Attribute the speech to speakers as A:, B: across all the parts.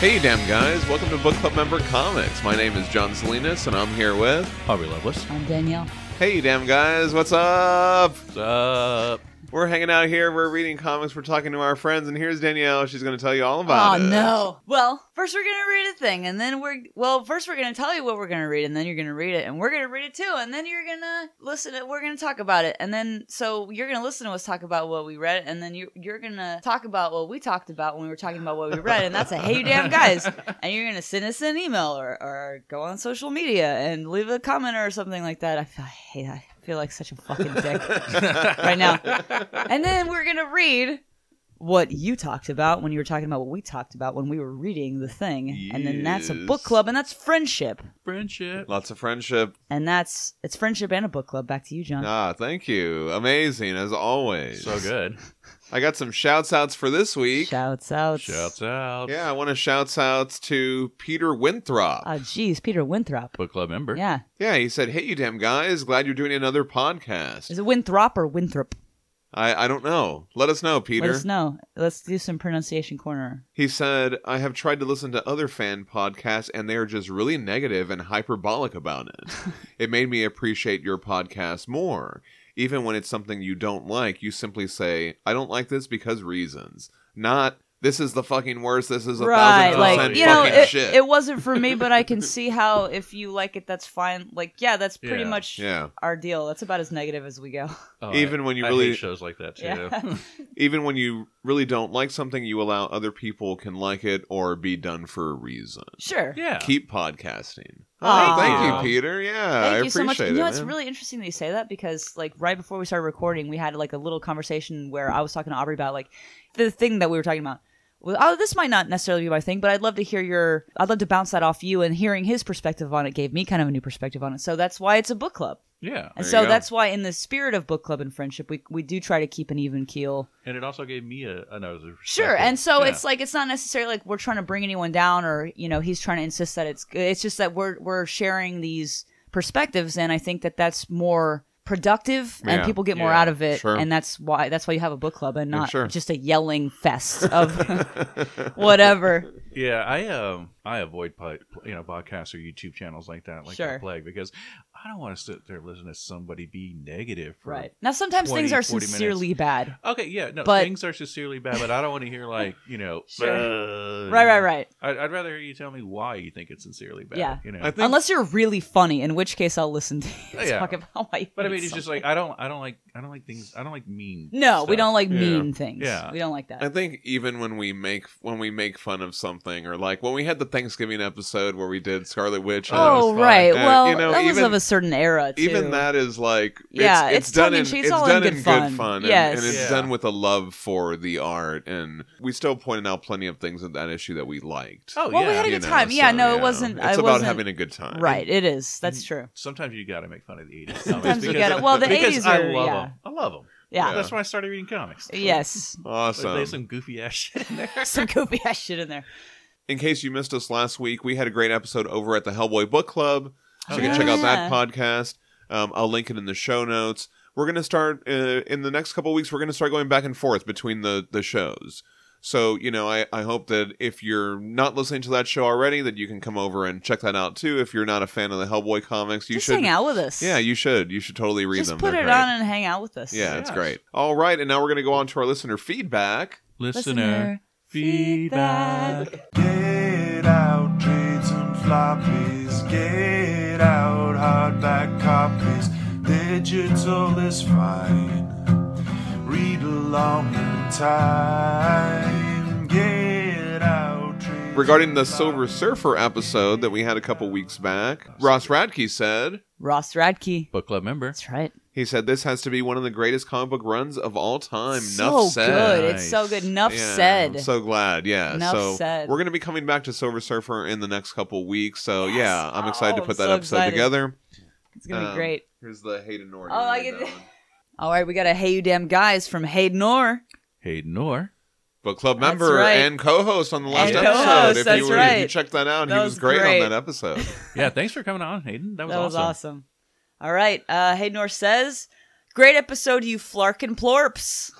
A: Hey, damn guys! Welcome to Book Club Member Comics. My name is John Salinas, and I'm here with.
B: Aubrey Lovelace.
C: I'm Danielle.
A: Hey, damn guys! What's up?
B: What's up?
A: We're hanging out here. We're reading comics. We're talking to our friends, and here's Danielle. She's going to tell you all
C: Oh
A: about it.
C: no. Well, first we're gonna read a thing, and then we're well, first we're gonna tell you what we're gonna read, and then you're gonna read it, and we're gonna read it too, and then you're gonna listen. To, we're gonna talk about it, and then so you're gonna listen to us talk about what we read, and then you you're gonna talk about what we talked about when we were talking about what we read, and that's a hey you damn guys, and you're gonna send us an email or or go on social media and leave a comment or something like that. I feel I hate. I feel like such a fucking dick right now. And then we're going to read what you talked about when you were talking about what we talked about when we were reading the thing. And then that's a book
A: Yes.
C: club and that's friendship.
B: Friendship.
A: Lots of friendship.
C: And that's it's friendship and a book club. Back to you, John.
A: Ah, thank you. Amazing as always.
B: So good.
A: I got some shouts outs for this week.
C: Shouts out.
B: Shouts out.
A: yeah, I want to shouts outs to Peter Winthrop.
C: Oh, geez, Peter Winthrop.
B: Book club member.
C: Yeah.
A: yeah, he said, "Hey, you damn guys! Glad you're doing another podcast."
C: Is it Winthrop or Winthrop?
A: I I don't know. Let us know, Peter.
C: Let us know. Let's do some pronunciation corner.
A: He said, I have tried to listen to other fan podcasts and they are just really negative and hyperbolic about it. it made me appreciate your podcast more. Even when it's something you don't like, you simply say, I don't like this because reasons. Not, this is the fucking worst, this is a
C: right,
A: thousand
B: like,
A: percent
C: you know,
A: fucking
C: it,
A: shit.
C: it wasn't for me, but I can see how if you like it, that's fine. Like, yeah, that's pretty
B: Yeah.
C: much
A: yeah.
C: our deal. That's about as negative as we go.
B: Oh,
A: Even
B: I-
A: when you
B: I
A: really-
B: hate shows like that too.
C: Yeah.
A: Even when you really don't like something, you allow other people can like it or be done for a reason.
C: Sure.
B: Yeah.
A: Keep podcasting.
C: Aw.
A: Oh, thank
B: Thank
A: you,
B: you.
A: Peter. Yeah,
C: Thank
A: I
C: you
A: appreciate
C: so much.
A: it.
C: you know, it's
A: man.
C: really interesting that you say that because, like, right before we started recording, we had like a little conversation where I was talking to Aubrey about like the thing that we were talking about. Well, oh, this might not necessarily be my thing, but I'd love to hear your. I'd love to bounce that off you, and hearing his perspective on it gave me kind of a new perspective on it. So that's why it's a book club,
B: yeah.
A: There
C: and
A: you
C: so
A: go.
C: that's why in the spirit of book club and friendship, we we do try to keep an even keel.
B: And it also gave me a another.
C: Sure, and so it's like it's not necessarily like we're trying to bring anyone down, or you know, he's trying to insist that it's. good. It's just that we're we're sharing these perspectives, and I think that that's more productive, and
A: Yeah,
C: people get more
B: yeah,
C: out of it,
A: sure.
C: and that's why that's why you have a book club and not
A: sure.
C: just a yelling fest of whatever.
B: yeah, I um I avoid po- you know podcasts or YouTube channels like that like
C: Sure.
B: the plague because I don't want to sit there listening to somebody be negative. For,
C: Right now, sometimes
B: 20,
C: things are
B: 40 minutes.
C: sincerely bad.
B: Okay. Yeah. No.
C: But-
B: things are sincerely bad, but I don't want to hear like you know.
C: Sure.
B: "Ugh."
C: Right, right, right.
B: I'd, I'd rather hear you tell me why you think it's sincerely bad.
C: Yeah.
B: You know.
A: I think
C: Unless you're really funny, in which case I'll listen to you
B: Oh, yeah.
C: talk about why. You
B: But I
C: hate
B: mean, it's just like I don't, I don't like, I don't like things. I don't like mean.
C: something. no, we
B: stuff.
C: don't like
A: Yeah.
C: mean things.
B: Yeah.
C: we don't like that.
A: I think even when we make when we make fun of something or like when we had the Thanksgiving episode where we did Scarlet Witch, and
B: that
C: Oh
B: was fun.
C: right.
A: Uh,
C: well,
A: you know,
C: that was
A: even-
C: of a certain era too.
A: even that is like
C: Yeah,
A: it's,
C: it's
A: done in,
C: tongue-in-cheek. It's all
A: done
C: in good fun.
A: and-
C: Yes.
A: and, it's
B: Yeah.
A: done with a love for the art, and we still pointed out plenty of things in that issue that we liked.
B: Oh
C: Well,
B: yeah.
C: we had a
A: You
C: good time. Yeah, no, it wasn't-
A: It's
C: I
A: about
C: wasn't-
A: having a good time, Mm.
C: right. It is. That's true.
B: Sometimes you got to make fun of the eighties.
C: Sometimes you gotta- well, the 80s
B: I
C: are-
B: love
C: yeah.
B: them. I love them.
C: Yeah.
B: That's why I started reading comics.
C: Yes.
B: Like,
A: Awesome.
B: There's some goofy ass shit in there.
C: Some goofy ass shit in there.
A: in case you missed us last week, we had a great episode over at the Hellboy Book Club. So you can check out
C: Yeah.
A: that podcast. Um, I'll link it in the show notes. We're going to start uh, in the next couple weeks. We're going to start going back and forth between the the shows. So you know, I, I hope that if you're not listening to that show already, that you can come over and check that out too. If you're not a fan of the Hellboy comics, you
C: just
A: should.
C: hang out with us.
A: Yeah, you should. You should totally read
C: Just
A: them.
C: put
A: They're
C: it
A: great.
C: on and hang out with us.
A: Yeah, it's
B: Yes.
A: great. All right, and now we're going to go on to our listener feedback.
C: Listener feedback.
D: Get out trades and floppies. Get out hardback copies. Digital is fine. Read along in time. Get out trades.
A: Regarding the
D: and
A: Silver Surfer episode that we had a couple weeks back, Ross Radke said,
C: Ross Radke.
B: Book club member.
C: That's right.
A: He said this has to be one of the greatest comic book runs of all time.
C: so
A: Nuff said.
C: good. It's so good. Enough
A: Yeah, I'm
C: said.
A: so glad. Yeah.
C: Nuff
A: so
C: said.
A: we're gonna be coming back to Silver Surfer in the next couple weeks. So yeah, I'm excited
C: Oh,
A: to put
C: I'm
A: that
C: so
A: episode
C: excited.
A: together.
C: it's gonna
A: Um,
C: be great.
A: Here's the Hayden Norton.
C: Oh, I
A: read
C: get
A: that
C: it.
A: one.
C: All right, we got a hey you damn guys from Hayden Orr.
B: Hayden Orr.
A: Book club
C: That's
A: member
C: right.
A: and co-host on the last
C: And
A: episode.
C: co-host,
A: if
C: that's
A: you were, if you
C: right.
A: checked that out,
C: That
A: he was,
C: was
A: great,
C: great.
A: on that episode.
B: Yeah. Thanks for coming on, Hayden. That was,
C: That was awesome. All right, uh, Hayden Orr says, Great episode, you flarkin' plorps.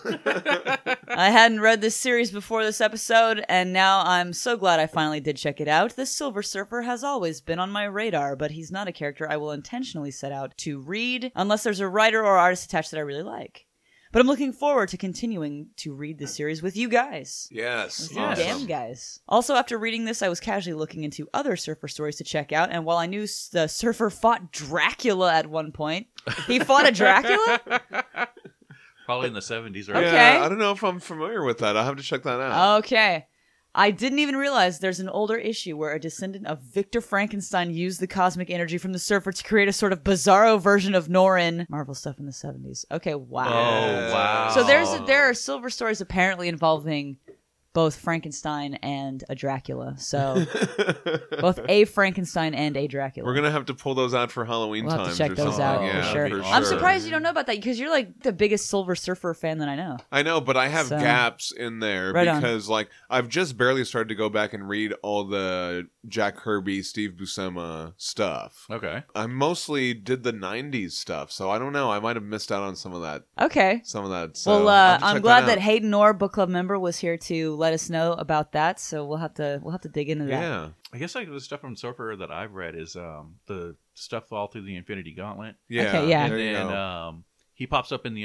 C: I hadn't read this series before this episode, and now I'm so glad I finally did check it out. The Silver Surfer has always been on my radar, but he's not a character I will intentionally set out to read unless there's a writer or artist attached that I really like. But I'm looking forward to continuing to read the series with you guys.
A: Yes.
C: With you
B: Yes.
C: Damn guys. Also, after reading this, I was casually looking into other surfer stories to check out, and while I knew s- the surfer fought Dracula at one point, he fought a Dracula?
B: Probably in the 70s, right?
C: Okay. Oh.
A: Yeah, I don't know if I'm familiar with that. I'll have to check that out.
C: Okay. I didn't even realize there's an older issue where a descendant of Victor Frankenstein used the cosmic energy from the surfer to create a sort of bizarro version of Norin. Marvel stuff in the 70s. Okay, wow.
B: Oh, wow.
C: So there's there are silver stories apparently involving both Frankenstein and a Dracula. So both a Frankenstein and a Dracula.
A: We're gonna have to pull those out for Halloween
C: We'll have
A: times
C: to check
A: or
C: those
A: something.
C: out
A: yeah,
C: for, sure.
B: for
C: I'm
B: sure.
C: surprised you don't know about that because you're like the biggest Silver Surfer fan that I know.
A: I know, but I have
C: So-
A: gaps in there
C: Right on.
A: because, like, I've just barely started to go back and read all the Jack Kirby, Steve Buscema stuff.
B: Okay.
A: I mostly did the '90s stuff, so I don't know. I might have missed out on some of that.
C: Okay.
A: Some of that. So I'll
C: Well, uh,
A: have to
C: I'm
A: check
C: glad that,
A: out.
C: Hayden Orr, book club member, was here to let us know about that. So we'll have to we'll have to dig into that.
A: yeah.
B: I guess like the stuff from Surfer that I've read is um the stuff all through the Infinity Gauntlet.
A: Yeah.
C: Okay, yeah.
A: There
B: and
A: you
B: then
A: go.
B: um, he pops up in the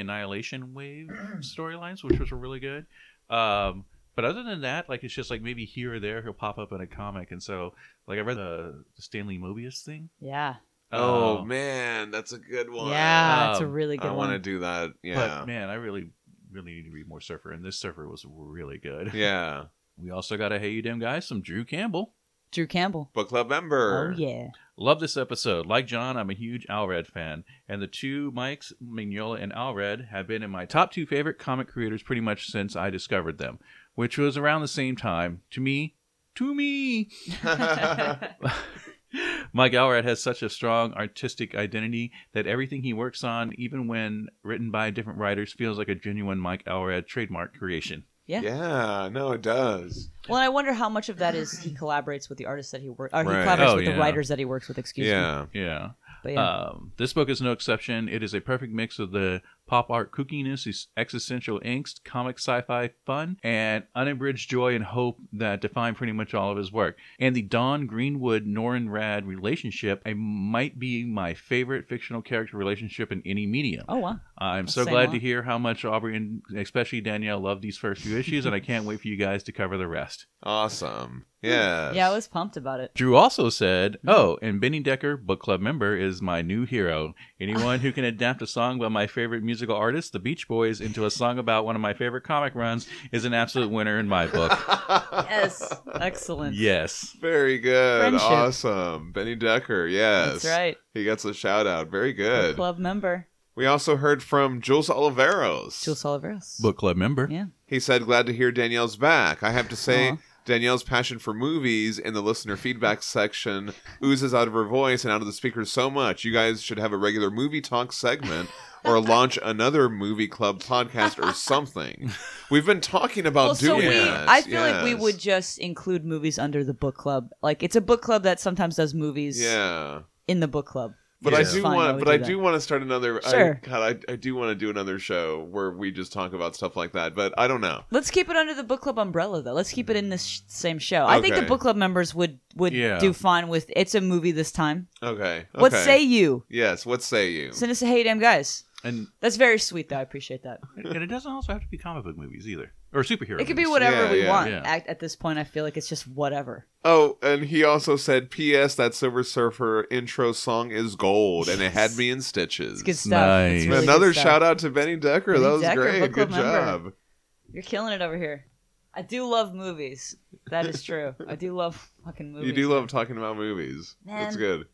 B: Annihilation Wave storylines, which was really good. Um, but other than that, like it's just like maybe here or there he'll pop up in a comic, and so like I read the, the Stanley Mobius thing.
C: Yeah.
A: oh
B: Uh,
A: man, that's a good one.
C: Yeah, it's a
B: Um,
C: really good
A: I want
C: one.
A: to do that. Yeah.
B: But man, I really, really need to read more Surfer, and this Surfer was really good.
A: yeah.
B: We also got a Hey You Damn Guys, some Drew Campbell.
C: Drew Campbell.
A: Book club member.
C: Oh yeah.
B: Love this episode. Like John, I'm a huge Alred fan, and the two Mikes, Mignola and Alred, have been in my top two favorite comic creators pretty much since I discovered them, which was around the same time. To me, to me, Mike Alred has such a strong artistic identity that everything he works on, even when written by different writers, feels like a genuine Mike Alred trademark creation.
C: Yeah.
A: yeah. No, it does.
C: Well, I wonder how much of that is he collaborates with the artists that he works, or he
A: Right.
C: collaborates
B: Oh,
C: with
B: yeah.
C: the writers that he works with. Excuse me.
A: Yeah. Uh,
B: Yeah.
C: But yeah.
B: Um, this book is no exception. It is a perfect mix of the pop art kookiness, is- existential angst, comic sci-fi fun, and unabridged joy and hope that define pretty much all of his work. And the Don Greenwood Norin Rad relationship I might be my favorite fictional character relationship in any medium.
C: oh wow.
B: I'm so
C: Say
B: glad
C: what?
B: to hear how much Aubrey and especially Danielle love these first few issues, and I can't wait for you guys to cover the rest.
A: Awesome. Yeah.
C: Hmm. Yeah, I was pumped about it.
B: Drew also said,
C: Hmm.
B: "Oh, and Benny Decker, book club member, is my new hero. Anyone who can adapt a song by my favorite musical artist, the Beach Boys, into a song about one of my favorite comic runs is an absolute winner in my book."
C: Yes. Excellent.
B: yes.
A: Very good.
C: Friendship.
A: Awesome. Benny Decker. Yes.
C: That's right.
A: He gets a shout out. Very good.
C: Club member.
A: We also heard from Jules Oliveros.
C: Jules Oliveros.
B: Book club member.
C: Yeah.
A: He said, Glad to hear Danielle's back. I have to say,
C: Aw.
A: Danielle's passion for movies in the listener feedback section oozes out of her voice and out of the speakers so much. You guys should have a regular movie talk segment or launch another movie club podcast or something. We've been talking about
C: Well, so
A: doing
C: we,
A: this.
C: I feel like we
A: yes.
C: would just include movies under the book club. Like it's a book club that sometimes does movies
A: Yeah.
C: in the book club.
A: But I
C: It's
A: do
C: fine why
A: want,
C: we
A: but I
C: that.
A: do want to start another.
C: Sure.
A: I, God, I, I do want to do another show where we just talk about stuff like that. But I don't know.
C: Let's keep it under the book club umbrella, though. Let's keep it in this sh- same show. I think the
A: Okay.
C: book club members would would
B: Yeah.
C: do fine with it's a movie this time.
A: Okay. okay.
C: What say you?
A: Yes. What say you?
C: Send us a hey, damn guys.
B: And
C: That's very sweet, though. I appreciate that.
B: and it doesn't also have to be comic book movies either, or superhero.
C: It could be
B: movies.
C: whatever
A: Yeah,
C: we
A: yeah.
C: want.
B: Yeah.
C: At, at this point, I feel like it's just whatever.
A: Oh, and he also said, "P.S. That Silver Surfer intro song is gold, and it had me in stitches."
C: It's good stuff.
B: Nice.
C: It's really good
A: Another
C: stuff.
A: shout out to Benny Decker. that
C: Benny
A: was
C: Decker,
A: great.
C: book
A: Good
C: club member.
A: job.
C: You're killing it over here. I do love movies. That is true. I do love fucking movies.
A: You do love talking about movies.
C: Man.
A: That's good.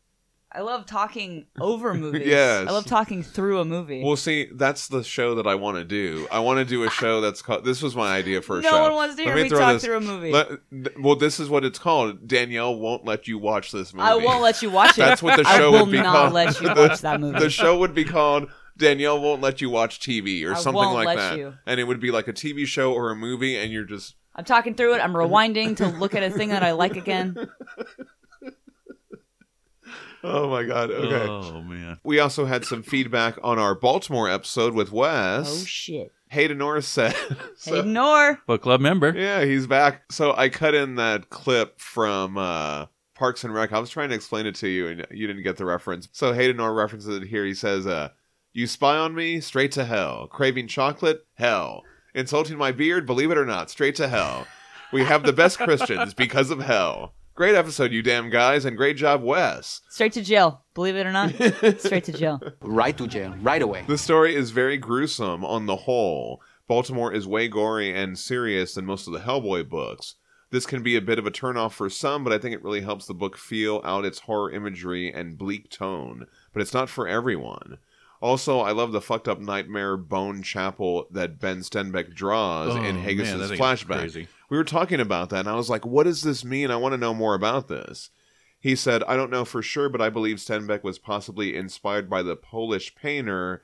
C: I love talking over movies.
A: Yes.
C: I love talking through a movie.
A: Well, see, that's the show that I want to do. I want to do a show that's called. This was my idea for a
C: no
A: show.
C: one wants to hear
A: Let me,
C: me
A: throw
C: talk
A: this.
C: through a movie.
A: Let- th- well, this is what it's called. Danielle won't let you watch this movie.
C: I won't let you watch it.
A: That's what the
C: I
A: show
C: will
A: would be
C: not
A: called.
C: let you watch that movie.
A: the show would be called Danielle won't let you watch TV or
C: I
A: something
C: won't
A: like
C: let
A: that.
C: you.
A: And it would be like a TV show or a movie, and you're just
C: I'm talking through it. I'm rewinding to look at a thing that I like again.
A: Oh my god. Okay.
B: Oh man.
A: We also had some feedback on our Baltimore episode with
C: Oh
A: Wes.
C: shit.
A: Hayden Norris said. so-
C: Ignore.
B: Book club member.
A: Yeah, he's back. So I cut in that clip from uh, Parks and Rec. I was trying to explain it to you, and you didn't get the reference. So Hayden Orr references it here. He says, uh, "You spy on me, straight to hell. Craving chocolate, hell. Insulting my beard, believe it or not, straight to hell. We have the best Christians because of hell. Great episode, you damn guys, and great job, Wes.
C: Straight to jail. Believe it or not, straight to jail.
E: Right to jail, right away.
A: The story is very gruesome on the whole. Baltimore is way gory and serious than most of the Hellboy books. This can be a bit of a turnoff for some, but I think it really helps the book feel out its horror imagery and bleak tone. But it's not for everyone. Also, I love the fucked up nightmare Bone Chapel that Ben Stenbeck draws
B: Oh,
A: in
B: man,
A: Haggis's
B: that thing is
A: flashback.
B: crazy.
A: We were talking about that, and I was like, what does this mean? I want to know more about this. He said, I don't know for sure, but I believe Stenbeck was possibly inspired by the Polish painter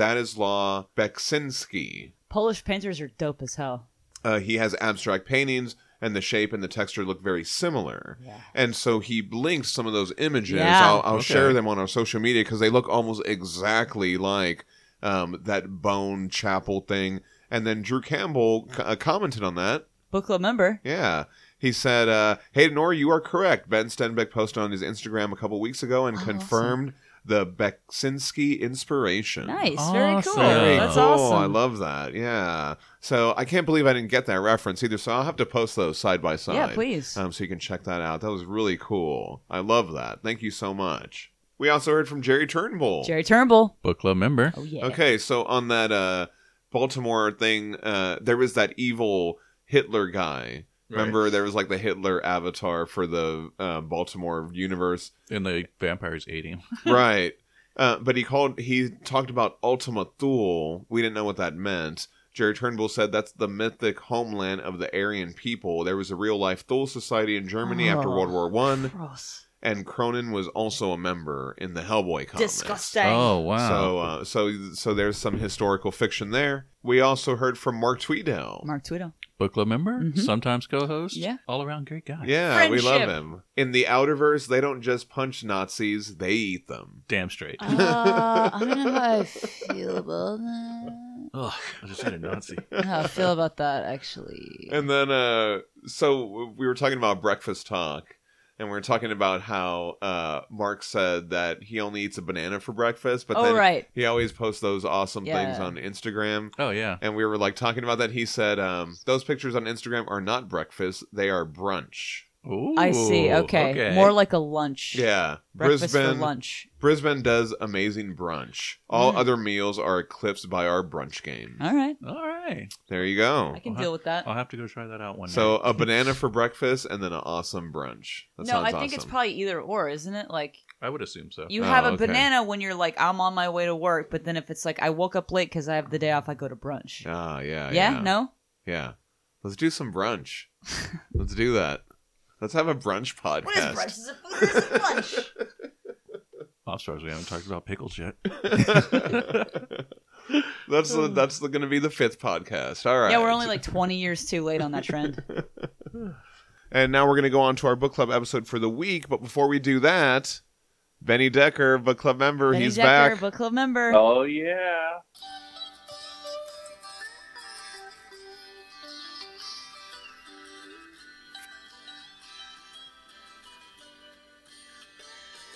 A: Zadyslaw Beksinski.
C: Polish painters are dope as hell.
A: Uh, he has abstract paintings, and the shape and the texture look very similar.
C: Yeah.
A: And so he links some of those images.
C: Yeah.
A: I'll, I'll
B: Okay.
A: share them on our social media because they look almost exactly like um, that bone chapel thing. And then Drew Campbell c- uh, commented on that
C: Book club member.
A: yeah. He said, uh, Hayden Orr, you are correct. Ben Stenbeck posted on his Instagram a couple weeks ago and confirmed the Beksinski inspiration.
C: Nice. Very cool.
B: Awesome.
A: Very
C: That's
A: cool.
C: awesome.
A: I love that. Yeah. So I can't believe I didn't get that reference either. So I'll have to post those side by side.
C: Yeah, please.
A: Um, so you can check that out. That was really cool. I love that. Thank you so much. We also heard from Jerry Turnbull.
C: Jerry Turnbull.
B: Book club member.
C: Oh yeah.
A: Okay, so on that uh, Baltimore thing, uh, there was that evil Hitler guy. Remember, there was like the Hitler avatar for the uh, Baltimore universe,
B: And the vampires ate him.
A: right? Uh, but he called. He talked about Ultima Thule. We didn't know what that meant. Jerry Turnbull said that's the mythic homeland of the Aryan people. There was a real life Thule society in Germany after
C: Oh.
A: World War One,
C: Gross.
A: and Cronin was also a member in the Hellboy comics.
C: Disgusting.
B: Oh wow.
A: So, uh, so, so there's some historical fiction there. We also heard from Mark Tweedale.
C: Mark Twiddle.
B: Book club member.
C: Mhm.
B: Sometimes co-host.
C: Yeah.
B: All around great guy.
A: yeah, we love
C: Friendship.
A: him. In the Outerverse, they don't just punch Nazis; they eat them.
B: Damn straight.
C: Uh, I don't know how I feel about that.
B: Ugh, I just had a Nazi.
C: How I feel about that actually.
A: And then, uh, so we were talking about breakfast talk, and we were talking about how uh, Mark said that he only eats a banana for breakfast, but
C: oh
A: then
C: right.
A: he always posts those awesome things
C: Yeah.
A: on Instagram.
B: Oh yeah.
A: And we were like talking about that. He said um, those pictures on Instagram are not breakfast; they are brunch.
B: Ooh,
C: I see. Okay. More like a lunch.
A: Yeah,
C: Breakfast
A: Brisbane.
C: for lunch.
A: Brisbane does amazing brunch. All
C: Mm.
A: other meals are eclipsed by our brunch game.
C: All right.
B: All right.
A: There you go.
C: I can
B: I'll
C: deal with that.
B: I'll have to go try that out one
A: So
B: day.
A: a banana for breakfast and then an awesome brunch. That
C: no,
A: sounds
C: I think it's
A: awesome.
C: probably either or, isn't it? Like
B: I would assume so.
C: you
A: Oh,
C: have a
A: okay.
C: banana when you're like, I'm on my way to work, but then if it's like I woke up late because I have the day off, I go to brunch.
A: Ah, yeah,
C: yeah?
A: yeah,
C: No.
A: yeah. Let's do some brunch. Let's do that. Let's have a brunch podcast.
C: Is it food? Is it lunch?
B: Pop stars. We haven't talked about pickles yet.
A: that's the, that's the, gonna be the fifth podcast. All right.
C: Yeah, we're only like 20 years too late on that trend.
A: And now we're going to go on to our book club episode for the week. But before we do that, Benny Decker, book club member,
C: Benny
A: he's
C: Decker,
A: back.
C: book club member.
F: Oh yeah.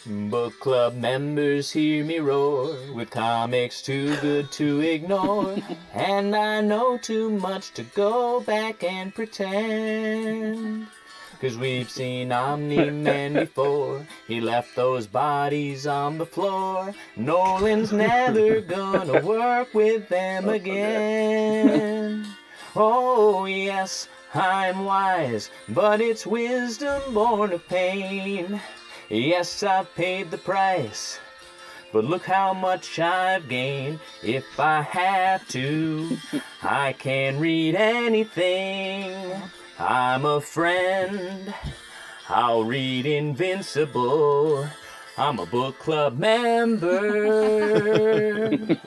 F: Book club members hear me roar with comics too good to ignore, and I know too much to go back and pretend. Cause we've seen Omni Man before. He left those bodies on the floor. Nolan's never gonna work with them again. Oh, yes, I'm wise, but it's wisdom born of pain. Yes, I've paid the price, but look how much I've gained. If I have to, I can read anything. I'm a friend. I'll read Invincible. I'm a book club member.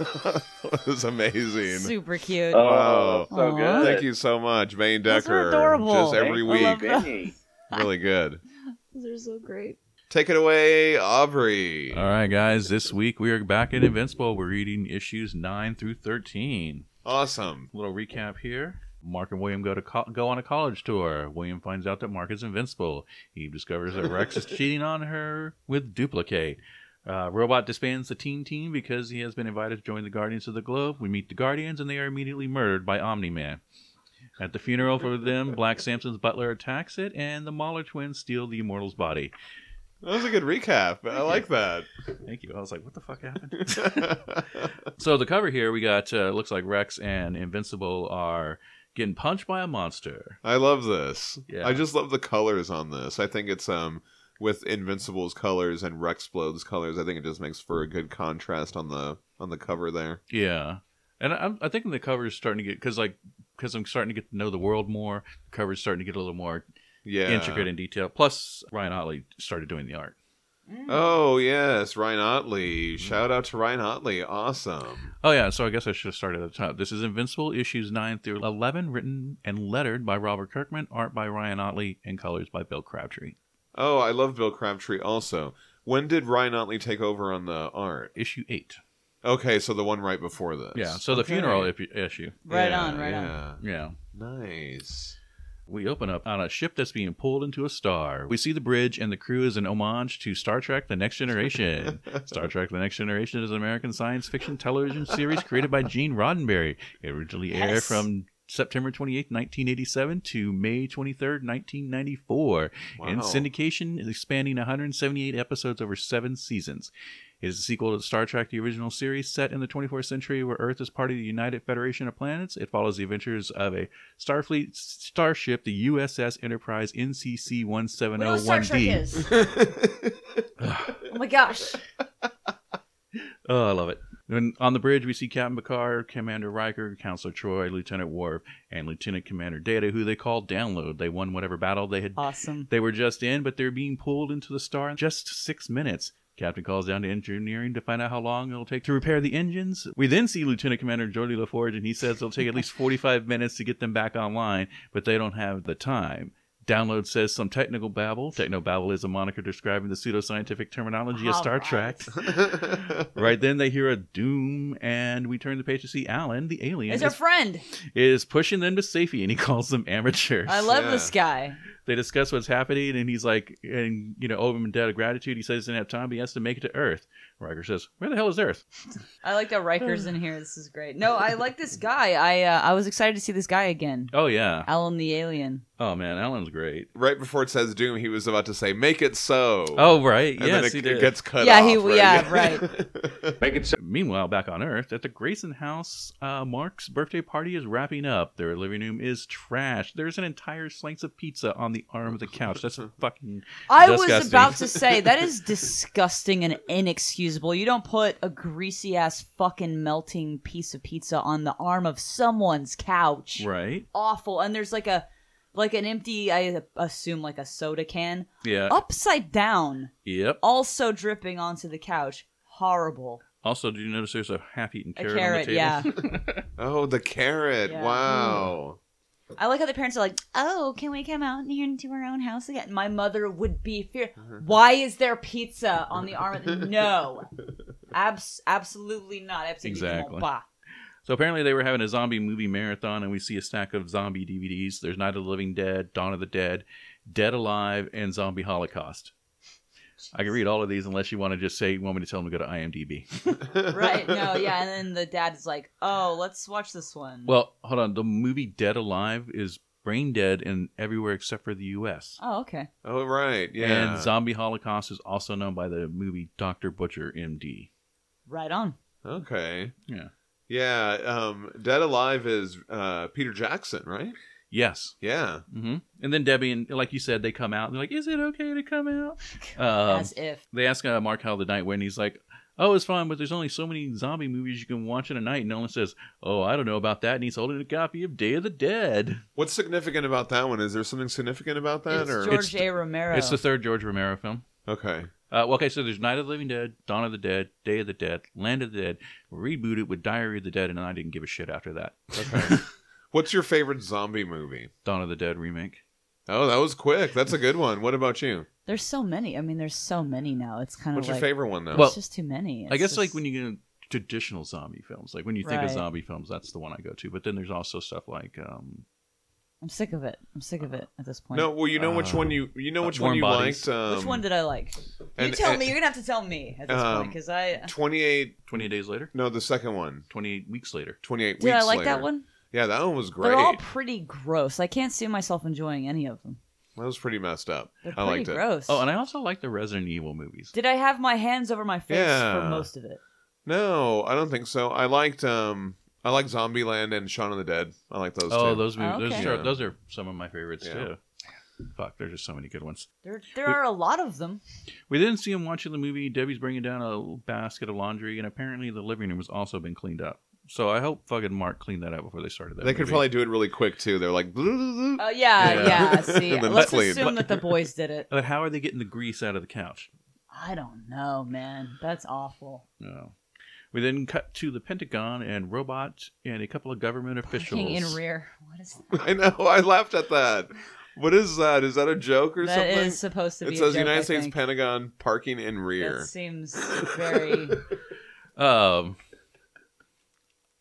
A: That was amazing.
C: Super cute.
F: oh,
A: Wow.
F: so good.
A: Thank you so much, Benny
C: Those
A: Decker.
C: are adorable.
A: Just every
C: I
A: week,
C: love that.
F: Benny.
A: really good.
G: They're so great.
A: Take it away, Aubrey.
B: All right, guys. This week we are back at Invincible. We're reading issues nine through thirteen.
A: Awesome.
B: Little recap here. Mark and William go to co- go on a college tour. William finds out that Mark is invincible. He discovers that Rex is cheating on her with duplicate. Uh, Robot disbands the teen team because he has been invited to join the Guardians of the Globe. We meet the Guardians, and they are immediately murdered by Omni Man. At the funeral for them, Black Samson's butler attacks it, and the Mahler twins steal the Immortal's body.
A: That was a good recap. I like that.
B: Thank you. I was like, what the fuck happened? So the cover here, we got uh, looks like Rex and Invincible are getting punched by a monster.
A: I love this.
B: Yeah.
A: I just love the colors on this. I think it's um with Invincible's colors and Rexplode's colors. I think it just makes for a good contrast on the on the cover there.
B: Yeah, and I, I'm- I think the cover is starting to get because like because I'm starting to get to know the world more. The cover is starting to get a little more
A: Yeah.
B: intricate in detail. Plus, Ryan Otley started doing the art.
A: Oh yes, Ryan Otley.
B: Mm-hmm.
A: Shout out to Ryan Otley. Awesome.
B: Oh yeah, so I guess I should have started at the top. This is Invincible issues nine through eleven, written and lettered by Robert Kirkman, art by Ryan Otley, and colors by Bill Crabtree.
A: Oh, I love Bill Crabtree also. When did Ryan Otley take over on the art?
B: Issue eight.
A: Okay, so the one right before this.
B: Yeah, so the
A: Okay.
B: funeral ip- issue.
C: Right
A: Yeah,
C: on, right on.
A: yeah.
B: Yeah.
A: Nice.
B: We open up on a ship that's being pulled into a star. We see the bridge, and the crew is an homage to Star Trek The Next Generation. Star Trek The Next Generation is an American science fiction television series created by Gene Roddenberry. It originally aired
C: Yes.
B: from September 28, 1987 to May 23, 1994. In
A: Wow.
B: syndication, expanding 178 episodes over seven seasons. It is a sequel to Star Trek, the original series, set in the 24th century where Earth is part of the United Federation of Planets. It follows the adventures of a Starfleet s- starship, the USS Enterprise NCC
C: We know what Star Trek
B: 1701D.
C: is. oh my gosh.
B: Oh, I love it. And on the bridge, we see Captain Picard, Commander Riker, Counselor Troy, Lieutenant Worf, and Lieutenant Commander Data, who they call Download. They won whatever battle they had
C: Awesome.
B: They were just in, but they're being pulled into the star in just six minutes. Captain calls down to engineering to find out how long it'll take to repair the engines. We then see Lieutenant Commander Jordy LaForge, and he says it'll take at least 45 minutes to get them back online, but they don't have the time. Download says some technical babble. Techno babble is a moniker describing the pseudoscientific terminology of
C: All
B: Star
C: right.
B: Trek. right then, they hear a doom, and we turn the page to see Alan, the alien,
C: It's
B: is,
C: our friend.
B: is pushing them to safety, and he calls them amateurs
C: I love
A: Yeah.
C: this guy.
B: they discuss what's happening, and he's like, and you know, owe him a debt of gratitude. He says he doesn't have time, but he has to make it to Earth. Riker says, "Where the hell is Earth?"
C: I like that Riker's in here. This is great. No, I like this guy. I uh, I was excited to see this guy again.
B: Oh yeah,
C: Alan the alien.
B: oh man, Alan's great.
A: Right before it says doom, he was about to say "Make it so."
B: Oh right,
A: and
B: yes,
A: then it,
B: he
A: it
B: did.
A: gets cut
C: yeah,
A: off.
C: he.
A: right?
C: Yeah, right.
B: Meanwhile, back on Earth, at the Grayson house, uh, Mark's birthday party is wrapping up. Their living room is trash. There's an entire slice of pizza on the arm of the couch. That's fucking.
C: I was
B: disgusting.
C: about to say that is disgusting and inexcusable. You don't put a greasy ass fucking melting piece of pizza on the arm of someone's couch.
B: Right?
C: Awful. And there's like a like an empty I assume like a soda can
B: Yeah.
C: Oh. upside down
B: Yep.
C: also dripping onto the couch. Horrible.
B: Also, do you notice there's a half-eaten
C: A
B: carrot,
C: carrot,
B: on
C: yeah.
B: the table?
A: Oh, the carrot.
C: Yeah.
A: Wow.
C: I like how the parents are like, "Oh, can we come out here into our own house again?" My mother would be fear.
B: Hmm.
C: Why is there pizza on the arm? of- No, Abs- absolutely not. Absolutely
B: Exactly.
C: not.
B: So apparently they were having a zombie movie marathon, and we see a stack of zombie DVDs. There's Night of the Living Dead, Dawn of the Dead, Dead Alive, and Zombie Holocaust. I can read all of these unless you want to just say you want me to tell them to go to IMDb.
C: Right? No. Yeah. And then the dad is like, "Oh, let's watch this one."
B: Well, hold on. The movie Dead Alive is brain dead in everywhere except for the U.S.
C: oh, okay.
A: Oh, right. Yeah.
B: And Zombie Holocaust is also known by the movie Doctor Butcher, M.D.
C: Right on.
A: okay.
B: Yeah.
A: Yeah. Um, Dead Alive is uh, Peter Jackson, right?
B: Yes.
A: Yeah.
B: hmm And then Debbie and like you said, they come out. and They're like, "Is it okay to come out?" Um,
C: As if.
B: they ask uh, Mark how the night went. and He's like, "Oh, it's fine, but there's only so many zombie movies you can watch in a night." And Nolan says, "Oh, I don't know about that." And he's holding a copy of Day of the Dead.
A: What's significant about that one? Is there something significant about that?
C: It's
A: or
C: George
B: It's-
C: A. Romero.
B: It's the third George Romero film.
A: okay.
B: Uh, well, okay, so there's Night of the Living Dead, Dawn of the Dead, Day of the Dead, Land of the Dead, rebooted with Diary of the Dead, and I didn't give a shit after that.
A: What's your favorite zombie movie?
B: Dawn of the Dead remake.
A: Oh, that was quick. That's a good one. What about you?
C: There's so many. I mean, there's so many now. It's kind
A: What's
C: of
A: your
C: like
A: favorite one though?
C: It's
B: Well-
C: just too many.
B: I
C: It's
B: guess
C: just-
B: like when you get traditional zombie films, like when you think
C: Right.
B: of zombie films, that's the one I go to. But then there's also stuff like um,
C: I'm sick of it. I'm sick of it at this point.
A: no, well, you know which
B: Uh,
A: one you you know
B: uh,
A: which one
B: Warm
A: you
B: Bodies.
A: liked. Um,
C: Which one did I like?
A: and-
C: you tell
A: and-
C: me. You're gonna have to tell me at this
A: Um,
C: point because I
A: 28
B: 28 days later,
A: no the second one
B: 28 weeks later.
A: 28
C: did.
A: weeks
C: I like
A: later.
C: that one.
A: yeah that one was great
C: They're all pretty gross. I can't see myself enjoying any of them.
A: that was pretty messed up
C: They're
A: i
C: pretty
A: liked it
C: gross.
B: Oh, and I also like the Resident Evil movies.
C: did I have my hands over my face for
A: Yeah.
C: most of it?
A: no i don't think so i liked um i liked zombieland and shaun of the dead i like those
B: oh,
A: two.
B: those movies,
C: Oh,
B: those,
A: okay.
B: are,
A: Yeah.
B: those are some of my favorites
A: Yeah.
B: too. Fuck, there's just so many good ones.
C: There, there are a lot of them.
B: We didn't see him watching the movie. Debbie's bringing down a basket of laundry, and apparently the living room has also been cleaned up. So I hope fucking Mark cleaned that up before they started that.
A: they could
B: movie.
A: probably do it really quick too they're like
C: Oh yeah,
B: Yeah.
C: yeah. See,
A: And then
C: let's
A: clean.
C: assume that the boys did it.
B: But how are they getting the grease out of the couch?
C: I don't know, man. That's awful.
B: No. We then cut to the Pentagon and robots and a couple of government officials.
C: King in rear. What is that?
A: i know i laughed at that what is that is that a joke or
C: That
A: something
C: is supposed to be.
A: it
C: a
A: says
C: joke, I
A: united states
C: think.
A: pentagon parking in rear
C: That seems very.
B: Um,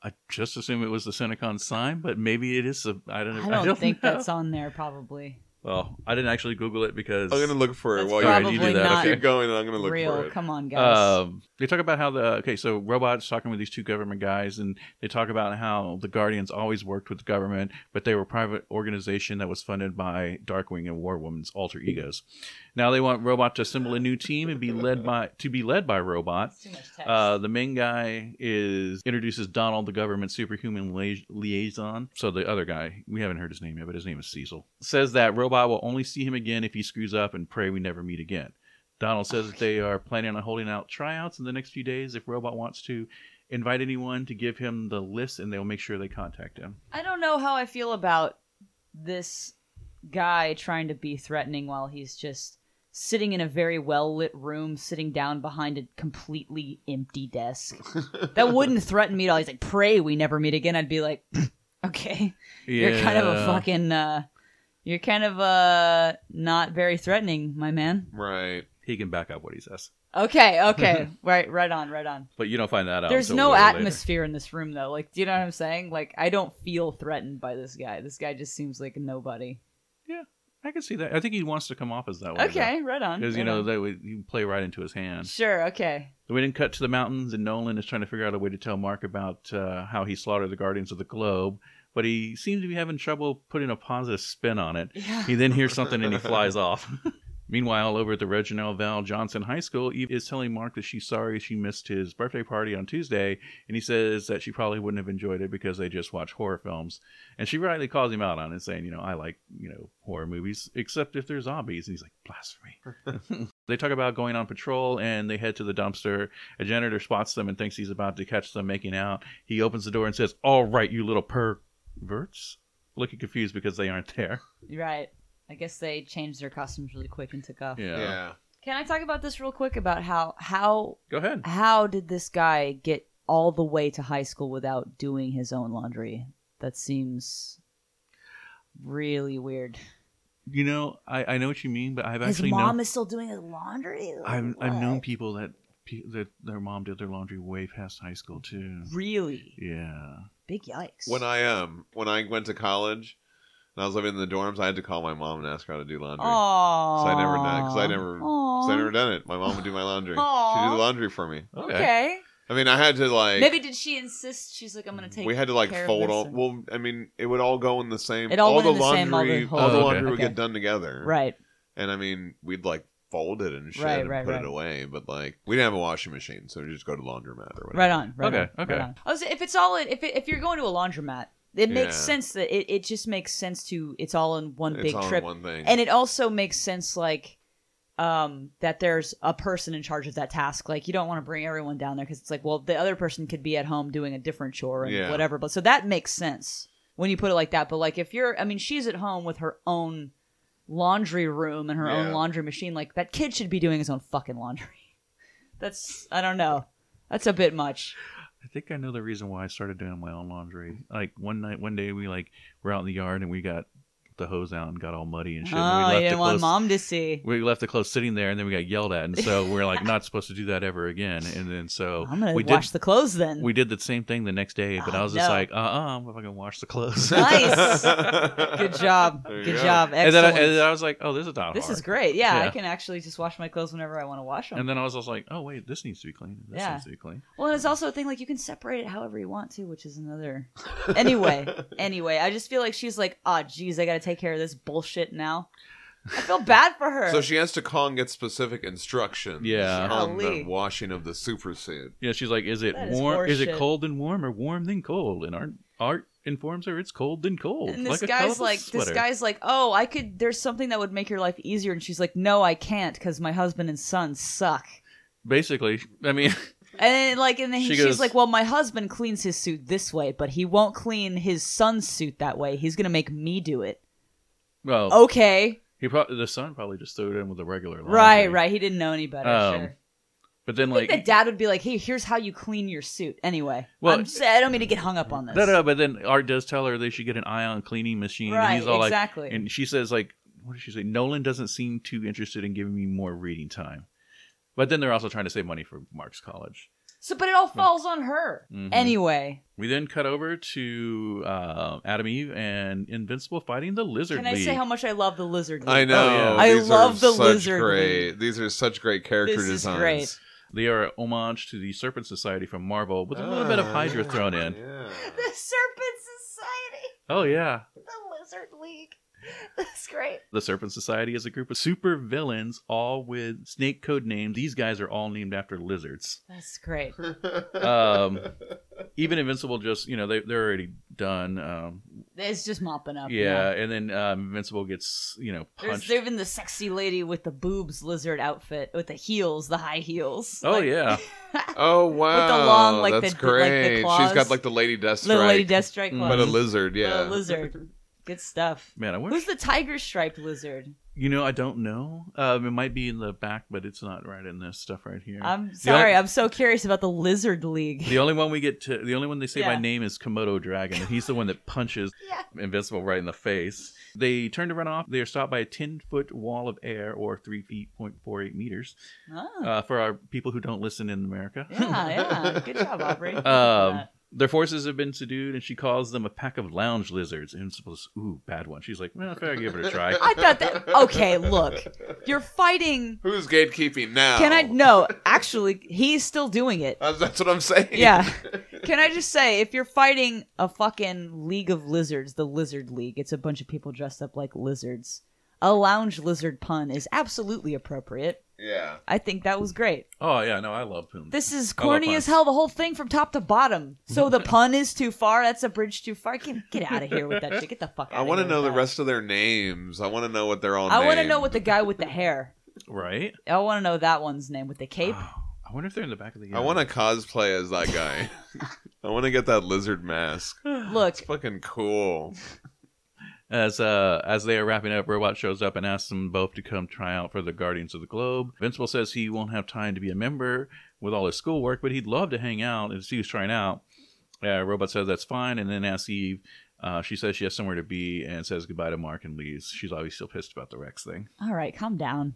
B: I just assume it was the Cinecon sign, but maybe it is. A, I don't.
C: I don't think
B: know.
C: that's on there. Probably
B: Well, I didn't actually Google it because.
A: i'm gonna look for it
C: That's
A: while
B: Alright,
A: you
B: you do
C: probably
B: that,
C: not
B: okay.
A: keep going and i'm gonna look for
C: real.
A: it
C: Come on, guys.
B: Um, they talk about how the okay, so robots talking with these two government guys, and they talk about how the Guardians always worked with the government, but they were a private organization that was funded by Darkwing and War Woman's alter egos. Now they want Robot to assemble a new team and be led by to be led by Robot.
C: It's too much text.
B: Uh, the main guy is introduces Donald, the government superhuman lia- liaison. So the other guy, we haven't heard his name yet, but his name is Cecil. Says that robot will only see him again if he screws up, and pray we never meet again. Donald says that they are planning on holding out tryouts in the next few days if Robot wants to invite anyone to give him the list, and they'll make sure they contact him.
C: I don't know how I feel about this guy trying to be threatening while he's just sitting in a very well lit room, sitting down behind a completely empty desk. that wouldn't threaten me at all. He's like, "Pray we never meet again." I'd be like, "Okay, you're kind of a
B: Yeah.
C: fucking, uh, you're kind of uh, not very threatening, my man."
A: right
B: He can back up what he says,
C: Okay, okay, right, right on, right on.
B: but you don't find that out.
C: There's
B: until
C: no
B: way later.
C: atmosphere in this room though. Like, do you know what I'm saying? Like, I don't feel threatened by this guy. This guy just seems like a nobody.
B: I can see that. I think he wants to come off as that way.
C: Okay, right on.
B: Because you
C: right
B: know
C: on.
B: they would you play right into his hand.
C: sure. Okay.
B: So we didn't cut to the mountains, and Nolan is trying to figure out a way to tell Mark about uh, how he slaughtered the Guardians of the Globe, but he seems to be having trouble putting a positive spin on it.
C: Yeah.
B: He then hears something and he flies off. Meanwhile, over at the Reginald Val Johnson High School, Eve is telling Mark that she's sorry she missed his birthday party on Tuesday, and he says that she probably wouldn't have enjoyed it because they just watch horror films. And she rightly calls him out on it, saying, you know, I like, you know, horror movies, except if they're zombies. And he's like, blasphemy. they talk about going on patrol and they head to the dumpster. A janitor spots them and thinks he's about to catch them making out. He opens the door and says, All right, you little perverts. Looking confused because they aren't there.
C: Right. I guess they changed their costumes really quick and took off.
A: yeah,
C: Can I talk about this real quick about how how
B: Go ahead.
C: how did this guy get all the way to high school without doing his own laundry? That seems really weird.
B: You know, I, I know what you mean, but I've
C: His
B: actually
C: mom
B: known
C: is still doing his laundry. Like,
B: I've, I've
C: what?
B: known people that pe- that their mom did their laundry way past high school too.
C: really
B: Yeah.
C: big yikes.
A: when i um when i went to college and i was living in the dorms i had to call my mom and ask her how to do laundry
C: Aww.
A: So I never done because I never, 'cause I never done it. My mom would do my laundry. She did
C: Aw.
A: the laundry for me.
C: Okay.
A: I mean, I had to like.
C: Maybe did she insist? She's like, I'm gonna take.
A: we had to like
C: care of
A: fold
C: this
A: all.
C: and-
A: Well, I mean, it would all go in the same.
C: It all went
A: the
C: in the same
A: laundry,
C: other hole.
A: all the
B: Okay.
A: laundry would
C: Okay.
A: get done together.
C: right.
A: And I mean, we'd like fold it and shit
C: Right,
A: and
C: right,
A: put
C: right.
A: it away. But like, we didn't have a washing machine, so we just go to laundromat or whatever.
C: Right on. Right
B: Okay,
C: on,
B: okay.
C: Right on. I was, if it's all in, if it, if you're going to a laundromat, it makes
A: Yeah.
C: sense that it, it just makes sense to it's all in one
A: It's
C: big
A: all in
C: trip,
A: one thing.
C: and it also makes sense like um that there's a person in charge of that task. Like you don't want to bring everyone down there because it's like, well, the other person could be at home doing a different chore and
A: Yeah.
C: whatever. But so that makes sense when you put it like that. But like if you're, I mean, she's at home with her own laundry room and her own
A: Yeah.
C: laundry machine. Like that kid should be doing his own fucking laundry. That's I don't know. That's a bit much.
B: I think I know the reason why I started doing my own laundry. Like one night, one day we like were out in the yard and we got the hose out and got all muddy and shit. and
C: oh,
B: we
C: you
B: left the
C: didn't want
B: clothes-
C: mom to see.
B: we left the clothes sitting there, and then we got yelled at, and so we're like not supposed to do that ever again. And then so
C: I'm gonna
B: we
C: wash
B: did
C: the clothes then.
B: we did the same thing the next day, but
C: Oh,
B: I was just
C: no.
B: like, uh, uh-uh, I'm gonna wash the clothes.
C: nice. Good
A: Good
C: job.
A: There you
C: Good
A: go.
C: job.
B: Oh. and, then I,
C: Excellent.
B: and then I was like, oh, this is not
C: this
B: hard.
C: is great. Yeah, I
B: Yeah.
C: can actually just wash my clothes whenever I want to wash them.
B: And then I was also like, oh wait, this needs to be cleaned. This
C: Yeah.
B: needs to be cleaned.
C: well, and it's also a thing like you can separate it however you want to, which is another. Anyway, anyway, I just feel like she's like, oh, geez, I got to take care of this bullshit now. I feel bad for her.
A: So she has to call and get specific instructions
B: Yeah.
A: on
C: Golly.
A: the washing of the supersuit.
B: Yeah, she's like, is it
C: That is
B: warm? Is, it
C: horseshit.
B: cold and warm, or warm then cold? And art art informs her it's cold and cold.
C: and
B: like
C: this
B: a
C: guy's
B: colorful
C: like,
B: sweater.
C: this guy's like, oh, I could. There's something that would make your life easier, and she's like, no, I can't, because my husband and son suck.
B: basically. I mean,
C: And like, and then
B: She
C: she's
B: goes-
C: like, "Well, my husband cleans his suit this way, but he won't clean his son's suit that way. He's gonna make me do it."
B: well,
C: Oh. Okay,
B: he probably the son probably just threw it in with a regular. Laundry.
C: right, right. He didn't know any better.
B: Um,
C: sure.
B: But then
C: I think
B: like
C: the dad would be like, "Hey, here's how you clean your suit." Anyway,
B: Well-
C: I'm just, I don't mean to get hung up on this.
B: No, no, but then Art does tell her they should get an ion cleaning machine.
C: Right,
B: and he's all
C: exactly.
B: Like, and she says, like, what does she say? Nolan doesn't seem too interested in giving me more reading time. But then they're also trying to save money for Mark's college.
C: So, but it all
B: Mm-hmm.
C: falls on her.
B: Mhm.
C: Anyway,
B: We then cut over to uh, Adam Eve and Invincible fighting the Lizard
C: can I
B: League.
C: say how much I love the lizard?
A: I
C: League?
A: know.
B: yeah.
C: Oh, I
A: These
C: love
A: are
C: the
A: such
C: lizard
A: Great. These are such great character
C: Oh, This is
A: designs.
C: great.
B: they are a homage to the Serpent Society from Marvel with a little bit of
A: Ah,
B: Hydra
A: yeah,
B: thrown in.
A: yeah.
C: The Serpent Society,
B: Oh, yeah.
C: the Lizard League. That's great.
B: The Serpent Society is a group of super villains, all with snake code names. These guys are all named after lizards.
C: That's great.
B: um, even Invincible just you know they they're already done. Um,
C: It's just mopping up.
B: yeah, and then um, Invincible gets you know
C: Oh, There's
B: punched.
C: even the sexy lady with the boobs lizard outfit with the heels, the high heels.
B: Oh
C: Like,
B: yeah,
A: Oh wow!
C: long, like,
A: that's
C: the- like, the
A: great.
C: claws.
A: She's got like the Lady Death Strike,
C: Little Lady Death Strike
B: Mm.
C: claws.
A: but a lizard. Yeah,
C: But a lizard. Good stuff.
B: man. I wish
C: Who's the tiger striped lizard?
B: you know I don't know. Um, it might be in the back, but it's not right in this stuff right here.
C: I'm
B: The only-
C: sorry, I'm so curious about the lizard league.
B: the only one we get to, the only one they say by
C: Yeah.
B: name is Komodo Dragon, and he's the one that punches Invincible right in the face. They turn to run off. They are stopped by a ten foot wall of air, or three feet point four eight meters.
C: Oh,
B: Uh, for our people who don't listen in America,
C: yeah, yeah. Good job, Aubrey.
B: Um, their forces have been subdued, and she calls them a pack of lounge lizards. And supposed, ooh, bad one. She's like, well, I figured I'd give it a try.
C: I thought that. Okay, look. You're fighting.
A: Who's gatekeeping now?
C: Can I? No, actually, he's still doing it.
A: That's, that's what I'm saying.
C: yeah. Can I just say, if you're fighting a fucking league of lizards, the Lizard League, it's a bunch of people dressed up like lizards. A lounge lizard pun is absolutely appropriate.
A: Yeah.
C: I think that was great.
B: oh yeah, no, I love Poon.
C: This
B: I
C: is
B: love
C: corny
B: puns.
C: as hell, the whole thing from top to bottom. So the pun is too far. That's a bridge too far. Get, get out of here with that shit. Get the fuck out
A: I want to know the
C: that.
A: rest of their names. I want to know what they're all.
C: I want to
A: named.
C: know what the guy with the hair.
B: right?
C: I want to know that one's name with the cape.
B: I wonder if they're in the back of the.
A: I want to cosplay as that guy. I want to get that lizard mask.
C: Look,
A: It's fucking cool.
B: As uh, as they are wrapping up, Robot shows up and asks them both to come try out for the Guardians of the Globe. Invincible says he won't have time to be a member with all his schoolwork, but he'd love to hang out and see who's trying out. Uh, Robot says that's fine, and then asks Eve. Uh, she says she has somewhere to be and says goodbye to Mark and leaves. She's obviously still pissed about the Rex thing.
C: all right, calm down.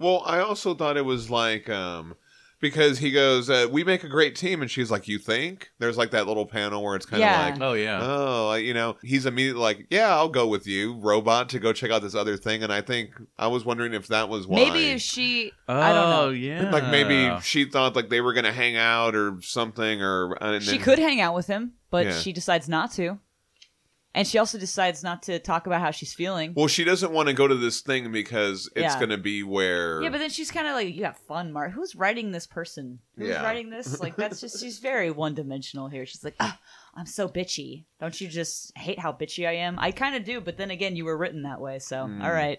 A: Well, I also thought it was like um because he goes, uh, "We make a great team," and she's like, "You think?" There's like that little panel where it's kind of
C: Yeah.
A: like.
B: Oh yeah.
C: Uh,
A: Oh, I- you know, he's immediately like, "Yeah, I'll go with you, robot, to go check out this other thing." And I think I was wondering if that was why.
C: Maybe if she. I don't know.
B: Oh, Yeah.
A: like maybe she thought like they were gonna hang out or something, or uh, and
C: she
A: then-
C: could hang out with him, but
A: Yeah.
C: she decides not to. And she also decides not to talk about how she's feeling.
A: Well, she doesn't want to go to this thing because it's
C: Yeah.
A: gonna be where.
C: yeah, but then she's kind of like, "You have fun, Mark. Who's writing this person? Who's
A: Yeah.
C: writing this? Like, that's just she's very one dimensional here. She's like, ah, I'm so bitchy. Don't you just hate how bitchy I am? I kind of do, but then again, you were written that way, so all right,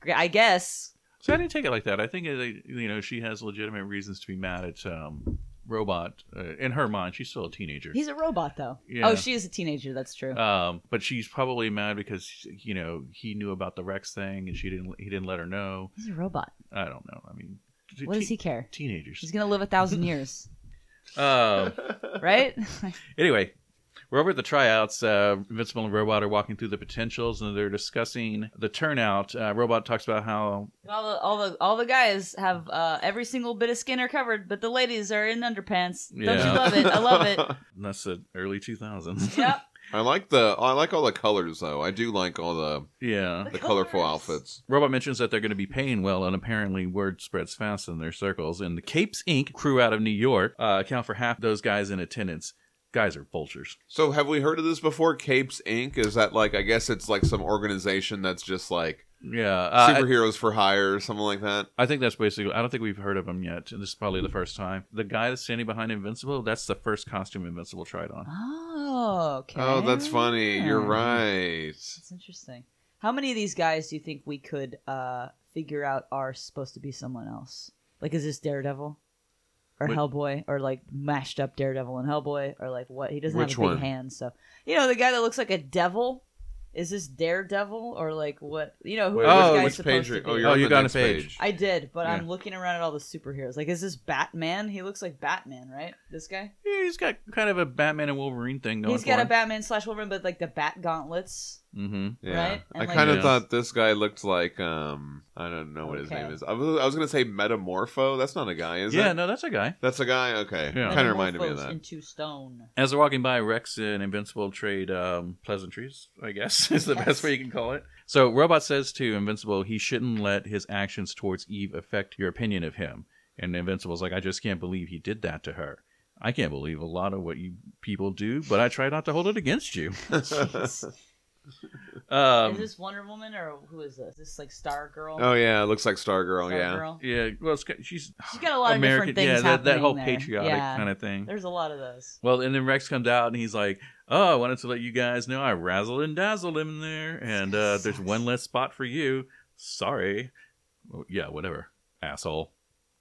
C: Gr- I guess.
B: So I didn't take it like that. I think uh, you know she has legitimate reasons to be mad at um, robot. Uh, in her mind, she's still a teenager.
C: He's a robot, though.
B: Yeah.
C: Oh, she is a teenager. That's true.
B: Um, but she's probably mad because you know he knew about the Rex thing and she didn't. He didn't let her know.
C: He's a robot.
B: I don't know. I mean, t-
C: What does
B: te-
C: he care?
B: Teenagers.
C: She's gonna live a thousand years,
B: Um,
C: right?
B: anyway, We're over at the tryouts. Uh, Invincible and Robot are walking through the potentials, and they're discussing the turnout. Uh, Robot talks about how
C: All the all the all the guys have uh, every single bit of skin are covered, but the ladies are in underpants. Don't
B: Yeah.
C: you love it? I love it.
B: that's the early 2000s.
C: Yep.
A: I like the I like all the colors though. I do like all the
B: yeah.
A: the colorful
C: colors.
A: outfits.
B: Robot mentions that they're going to be paying well, and apparently word spreads fast in their circles. And the Capes Inc. crew out of New York uh, account for half those guys in attendance. Guys are vultures.
A: So have we heard of this before? Capes Inc. Is that like I guess it's like some organization that's just like
B: Yeah, uh, I-
A: superheroes for hire or something like that.
B: I think that's basically. I don't think we've heard of them yet. This is probably the first time. The guy that's standing behind Invincible, that's the first costume Invincible tried on.
C: Oh, okay.
A: Oh, that's funny. You're right.
C: That's interesting. How many of these guys do you think we could uh, figure out are supposed to be someone else? Like, is this Daredevil or
B: Whi-
C: Hellboy or like mashed up Daredevil and Hellboy or like what? He doesn't
A: Which
C: have a big
A: one?
C: hand, so you know the guy that looks like a devil. Is this Daredevil or like what? You know who
A: Wait,
C: are these
B: which-
C: guys
A: which
C: supposed
A: page are-
C: to be?
A: oh, you're
B: Oh,
A: on
B: you
A: the
B: got a
A: next
B: page.
A: page.
C: I did, but I'm
B: Yeah.
C: looking around at all the superheroes. Like, is this Batman? He looks like Batman, right? This guy.
B: Yeah, he's got kind of a Batman and Wolverine thing going.
C: He's got a Batman slash Wolverine, but like the Bat gauntlets.
B: hmm
A: Yeah.
C: Right?
A: I
C: And, like-
A: kind of
B: Yeah.
A: thought this guy looked like um I don't know what his
C: Okay.
A: name is. I was I was gonna say Metamorpho. That's not a guy, is
B: Yeah,
A: it?
B: no, that's a guy.
A: That's a guy. Okay,
B: Yeah.
A: kind of reminded me of
C: Metamorphosed
A: that.
C: Into stone.
B: As they're walking by, Rex and Invincible trade um, pleasantries, I guess is the best way you can call it. So, Robot says to Invincible he shouldn't let his actions towards Eve affect your opinion of him. And Invincible's like, I just can't believe he did that to her. I can't believe a lot of what you people do, but I try not to hold it against you.
C: Jeez.
B: Um,
C: is this Wonder Woman or who is this? Is this like Star Girl?
A: Oh yeah, it looks like Stargirl.
C: Star
A: yeah,
C: Girl?
B: yeah, well, it's, got- she's
C: She's got a lot
B: American.
C: of different things
B: yeah, that, that
C: happening
B: whole
C: there.
B: patriotic
C: Yeah.
B: kind of thing.
C: There's a lot of those.
B: Well, and then Rex comes out and he's like, "Oh, I wanted to let you guys know I razzled and dazzled him there, and uh, there's one less spot for you. Sorry, Well, yeah, whatever, asshole,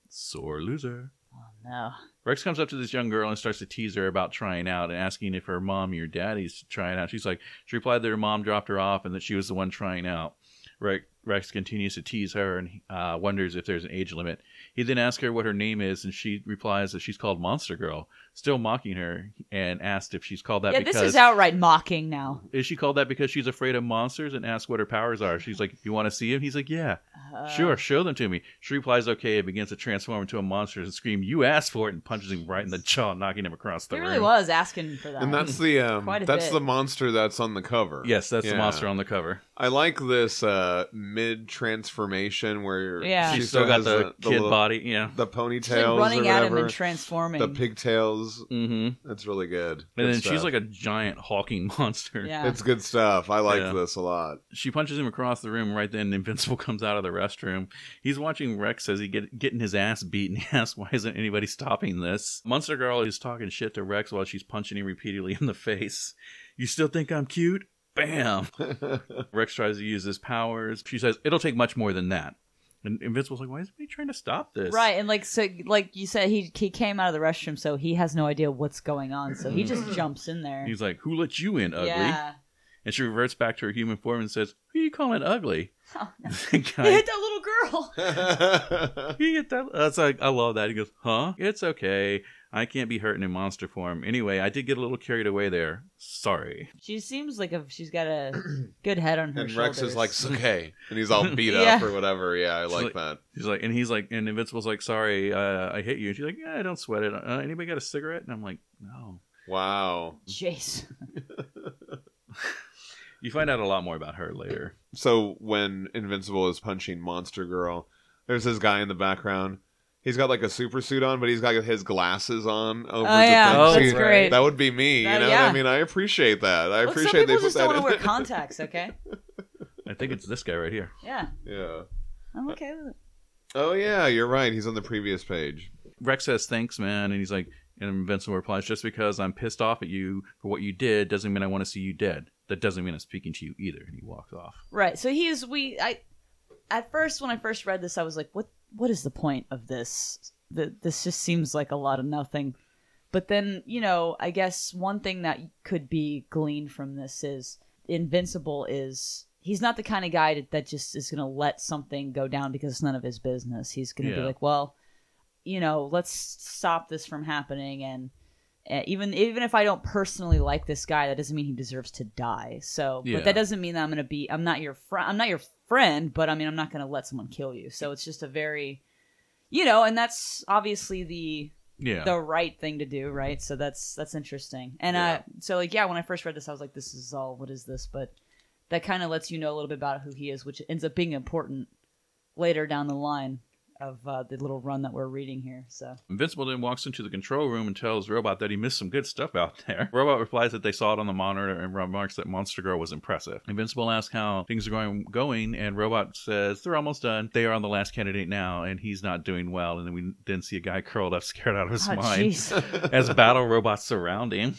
B: sore loser."
C: Oh no.
B: Rex comes up to this young girl and starts to tease her about trying out and asking if her mommy or daddy's trying out. She's like, she replied that her mom dropped her off and that she was the one trying out. Rex, Rex continues to tease her and uh, wonders if there's an age limit. He then asks her what her name is, and she replies that she's called Monster Girl, still mocking her, and asked if she's called that
C: yeah,
B: because
C: this is outright mocking now.
B: is she called that because she's afraid of monsters and asks what her powers are. She's like, "You want to see him?" He's like, "Yeah."
C: Uh,
B: Sure, show them to me. She replies, okay, and begins to transform into a monster and scream, You asked for it, and punches him right in the jaw, knocking him across the
C: He
B: room.
C: really was asking for that.
A: and that's the um,
C: Quite a
A: that's
C: bit.
A: the monster that's on the cover.
B: Yes, that's the
A: Yeah.
B: monster on the cover.
A: I like this uh, mid transformation where
C: Yeah.
A: she
B: She's still got
A: has
B: the, kid
A: little-
B: body. Yeah.
A: the
C: She's, like,
A: ponytails,
C: running
A: or
C: at him
A: whatever,
C: and transforming.
A: the pigtails.
B: Mm-hmm.
A: That's really good.
B: And then she's like a giant hawking monster.
C: yeah.
A: it's good stuff. I like
B: Yeah.
A: this a lot.
B: She punches him across the room right then. Invincible comes out of the restroom. He's watching Rex as he get getting his ass beat, and he asks, "Why isn't anybody stopping this?" Monster Girl is talking shit to Rex while she's punching him repeatedly in the face. You still think I'm cute? Bam! Rex tries to use his powers. She says, It'll take much more than that. And Invincible's like, Why is he trying to stop this?
C: Right, and like so, like you said, he he came out of the restroom, so he has no idea what's going on. So he just jumps in there.
B: Mm. He's like, Who let you in, ugly?
C: Yeah,
B: And she reverts back to her human form and says, Who you calling ugly?
C: Oh,
B: The
C: he
B: guy-
C: hit that little girl.
B: You get that? That's like I love that. He goes, "Huh? It's okay. I can't be hurting in monster form." Anyway, I did get a little carried away there. Sorry.
C: She seems like a she's got a good head on her.
A: and Rex is
C: shoulders.
A: like, "It's okay. And he's all beat up
C: Yeah.
A: or whatever. Yeah, I
B: She's
A: like,
B: like-
A: that.
B: He's like, and he's like, and Invincible's like, "Sorry, uh, I hit you." And she's like, "Yeah, don't sweat it. Uh, anybody got a cigarette?" And I'm like, "No."
A: Wow.
C: Jace.
B: You find out a lot more about her later.
A: So when Invincible is punching Monster Girl, there's this guy in the background. He's got like a super suit on, but he's got his glasses on over
C: Oh
A: the
C: yeah,
B: Oh,
A: thing.
C: that's
A: See,
B: right.
C: great.
A: That would be me.
C: That-
A: you know,
C: yeah.
A: I mean, I appreciate that. I
C: Look, some
A: appreciate
C: people
A: they put
C: just
A: that
C: don't want
A: in.
C: to wear contacts. Okay.
B: I think it's this guy right here.
C: Yeah,
A: yeah.
C: I'm
A: Uh,
C: okay with it.
A: Oh yeah, you're right. He's on the previous page.
B: Rex says, "Thanks, man," and he's like, and Invincible replies, "Just because I'm pissed off at you for what you did doesn't mean I want to see you dead. That doesn't mean I'm speaking to you either." And he walks off.
C: Right. So he is. We. I. At first, when I first read this, I was like, "What? What is the point of this? The, this just seems like a lot of nothing." But then, you know, I guess one thing that could be gleaned from this is Invincible is he's not the kind of guy that, that just is going to let something go down because it's none of his business. He's going to
B: Yeah.
C: be like, well, you know, let's stop this from happening and Uh, even even if I don't personally like this guy, that doesn't mean he deserves to die. So,
B: Yeah.
C: but that doesn't mean that I'm gonna be. I'm not your friend. I'm not your friend, but I mean, I'm not gonna let someone kill you. So it's just a very, you know, and that's obviously the
B: Yeah.
C: the right thing to do, right? So that's that's interesting. And uh, so like yeah, when I first read this, I was like, this is all what is this? But that kind of lets you know a little bit about who he is, which ends up being important later down the line of uh, the little run that we're reading here. So
B: Invincible then walks into the control room and tells Robot that he missed some good stuff out there. Robot replies that they saw it on the monitor and remarks that Monster Girl was impressive. Invincible asks how things are going, going and Robot says they're almost done. They are on the last candidate now, and he's not doing well. And then we then see a guy curled up, scared out of his
C: Oh,
B: mind,
C: jeez.
B: as battle robots surround him.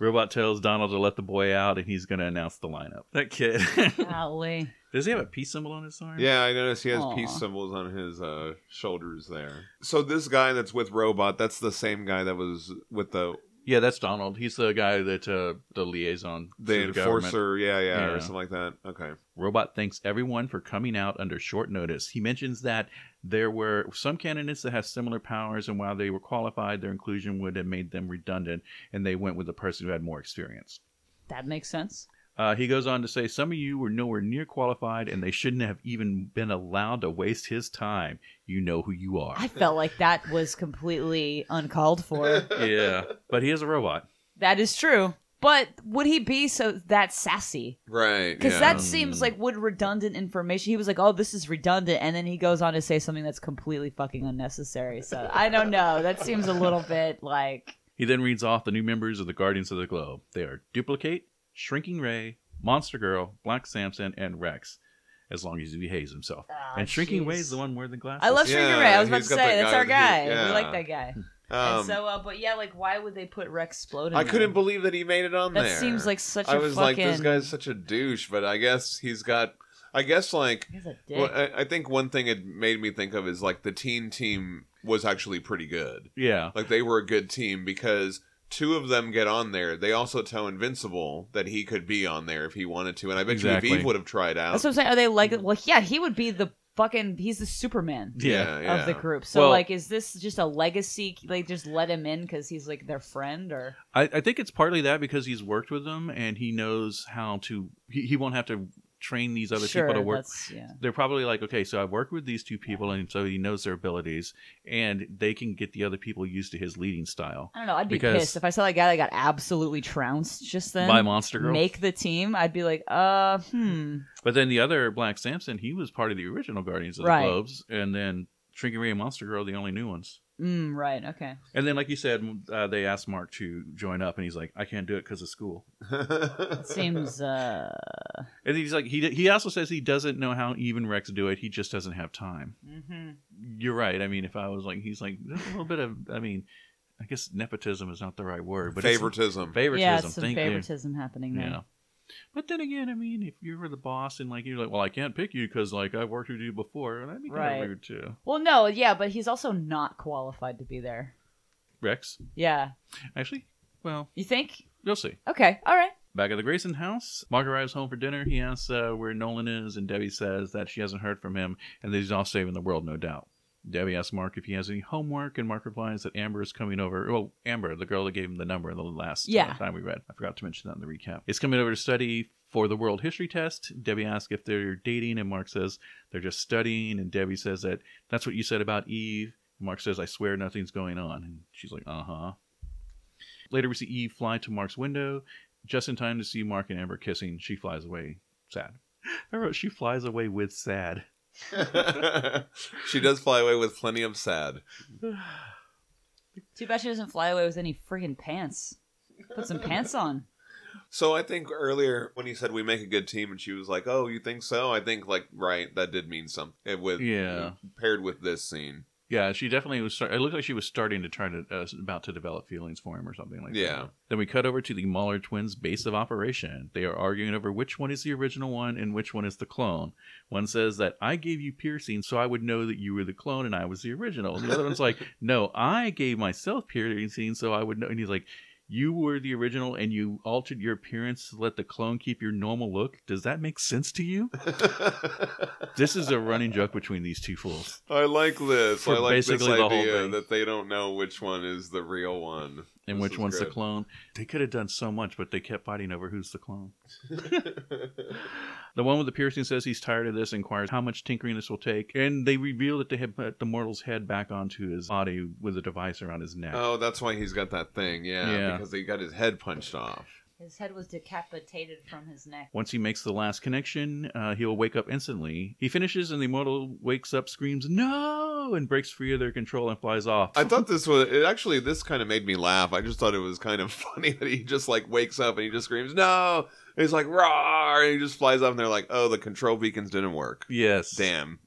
B: Robot tells Donald to let the boy out, and he's going to announce the lineup. That kid.
C: golly.
B: Does he have a peace symbol on his arm?
A: Yeah, I noticed he has
C: Aw.
A: peace symbols on his uh, shoulders there. So this guy that's with Robot, that's the same guy that was with the
B: Yeah, that's Donald. He's the guy that uh, the liaison, to
A: the
B: government.
A: enforcer, yeah, yeah,
B: Yeah.
A: or something like that. Okay.
B: Robot thanks everyone for coming out under short notice. He mentions that there were some candidates that have similar powers, and while they were qualified, their inclusion would have made them redundant, and they went with the person who had more experience.
C: That makes sense.
B: Uh, he goes on to say, Some of you were nowhere near qualified, and they shouldn't have even been allowed to waste his time. You know who you are.
C: I felt like that was completely uncalled for.
B: yeah. But he is a robot.
C: that is true. But would he be so that sassy?
A: Right.
C: Because
A: yeah.
C: that seems like would redundant information. He was like, "Oh, this is redundant," and then he goes on to say something that's completely fucking unnecessary. So I don't know. That seems a little bit like
B: He then reads off the new members of the Guardians of the Globe. They are Duplicate, Shrinking Ray, Monster Girl, Black Samson, and Rex, as long as he behaves himself.
C: Ah,
B: and Shrinking
C: jeez.
B: Ray is the one wearing the glasses.
C: I love Sugar
A: Yeah,
C: Ray. I was about to
A: he's got
C: say
A: that
C: that's
A: guy
C: our
A: that
C: guy.
A: he-
C: We
A: yeah.
C: like that guy.
A: Um,
C: and so, uh, but yeah, like why would they put Rex Explode? in
A: I
C: there?
A: couldn't believe that he made it on
C: That
A: there.
C: seems like such a
A: I was like,
C: fucking.
A: this guy's such a douche, but I guess he's got. I guess like.
C: He's a dick.
A: Well, I, I think one thing it made me think of is like the teen team was actually pretty good.
B: Yeah.
A: Like they were a good team because two of them get on there. They also tell Invincible that he could be on there if he wanted to, and I bet
B: Exactly.
A: you if Eve would have tried out.
C: that's what I'm saying. Are they like? Well, yeah, he would be the fucking. He's the Superman.
B: Yeah.
A: yeah, yeah.
C: Of the group, so
B: Well-
C: like, is this just a legacy? Like, just let him in because he's like their friend, or
B: I, I think it's partly that because he's worked with them and he knows how to, he, he won't have to train these other
C: sure,
B: people to work.
C: that's- yeah.
B: They're probably like, okay, so I've worked with these two people, and so he knows their abilities, and they can get the other people used to his leading style.
C: I don't know. I'd be
B: Because-
C: pissed if I saw that guy that got absolutely trounced just then.
B: By Monster Girl.
C: Make the team. I'd be like, uh, hmm.
B: But then the other Black Samson, he was part of the original Guardians of the
C: Right.
B: Globes, and then Shrinking Ray and Monster Girl, are the only new ones.
C: Mm, right. Okay.
B: And then, like you said, uh, they asked Mark to join up, and he's like, "I can't do it because of school."
C: It seems, uh,
B: And he's like, he he also says he doesn't know how even Rex do it. He just doesn't have time.
C: mhm.
B: You're right. I mean, if I was like, he's like there's a little bit of, I mean, I guess nepotism is not the right word, but it's-
A: favoritism.
B: favoritism.
C: yeah, it's some
B: thank you.
C: favoritism happening there.
B: Yeah. But then again, I mean, if you were the boss and like you're like, well, I can't pick you because like I've worked with you before, and that'd be kind
C: Right.
B: of rude too.
C: Well, no, yeah, but he's also not qualified to be there.
B: Rex,
C: Yeah.
B: actually, well,
C: You think?
B: you'll see.
C: Okay. All right.
B: Back at the Grayson house, Mark arrives home for dinner. He asks uh, where Nolan is, and Debbie says that she hasn't heard from him and that he's off saving the world, no doubt. Debbie asks Mark if he has any homework, and Mark replies that Amber is coming over. Well, Amber, the girl that gave him the number the last uh,
C: Yeah.
B: time we read. I forgot to mention that in the recap. Is coming over to study for the world history test. Debbie asks if they're dating, and Mark says they're just studying. And Debbie says that that's what you said about Eve. Mark says, I swear nothing's going on. And she's like, uh huh. Later, we see Eve fly to Mark's window just in time to see Mark and Amber kissing. She flies away sad. I wrote, she flies away with sad.
A: she does fly away with plenty of sad.
C: Too bad she doesn't fly away with any freaking pants. Put some pants on.
A: So I think earlier when you said we make a good team, and she was like, "Oh, you think so?" I think like right, that did mean something. With
B: Yeah.
A: paired with this scene,
B: Yeah, she definitely was. Start- it looked like she was starting to try to uh, about to develop feelings for him or something like that.
A: Yeah.
B: Then we cut over to the Mahler twins' base of operation. They are arguing over which one is the original one and which one is the clone. One says that I gave you piercing so I would know that you were the clone and I was the original. The other one's like, No, I gave myself piercing so I would know. And he's like. You were the original, and you altered your appearance to let the clone keep your normal look. Does that make sense to you? this is a running joke between these two fools.
A: I like this.
B: For
A: I like this
B: basically the whole
A: idea
B: thing.
A: that they don't know which one is the real one.
B: and
A: This
B: which
A: is
B: one's the
A: good.
B: clone. They could have done so much, but they kept fighting over who's the clone. The one with the piercing says he's tired of this, inquires how much tinkering this will take, and they reveal that they have put the mortal's head back onto his body with a device around his neck.
A: Oh, that's why he's got that thing. Yeah,
B: Yeah.
A: because he got his head punched off.
C: His head was decapitated from his neck.
B: Once he makes the last connection, uh, he'll wake up instantly. He finishes, and the immortal wakes up, screams "No!" and breaks free of their control and flies off.
A: I thought this was it actually this kind of made me laugh. I just thought it was kind of funny that he just like wakes up and he just screams, No and he's like Rawr and he just flies up and they're like, Oh, the control beacons didn't work.
B: yes,
A: Damn.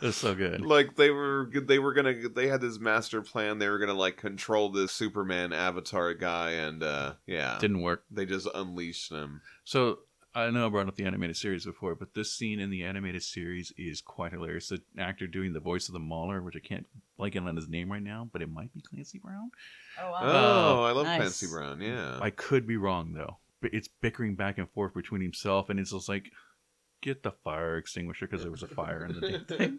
B: that's so good.
A: like they were they were gonna they had this master plan, they were gonna like control this Superman avatar guy and uh yeah.
B: Didn't work.
A: they just unleashed him.
B: So I know I brought up the animated series before, but this scene in the animated series is quite hilarious. The actor doing the voice of the Mauler, which I can't blank on his name right now, but it might be Clancy Brown.
C: Oh,
A: Oh,
B: Uh.
C: wow.
A: I love
C: nice.
A: Clancy Brown, yeah.
B: I could be wrong though. But it's bickering back and forth between himself, and it's just like, get the fire extinguisher because there was a fire in the damn thing.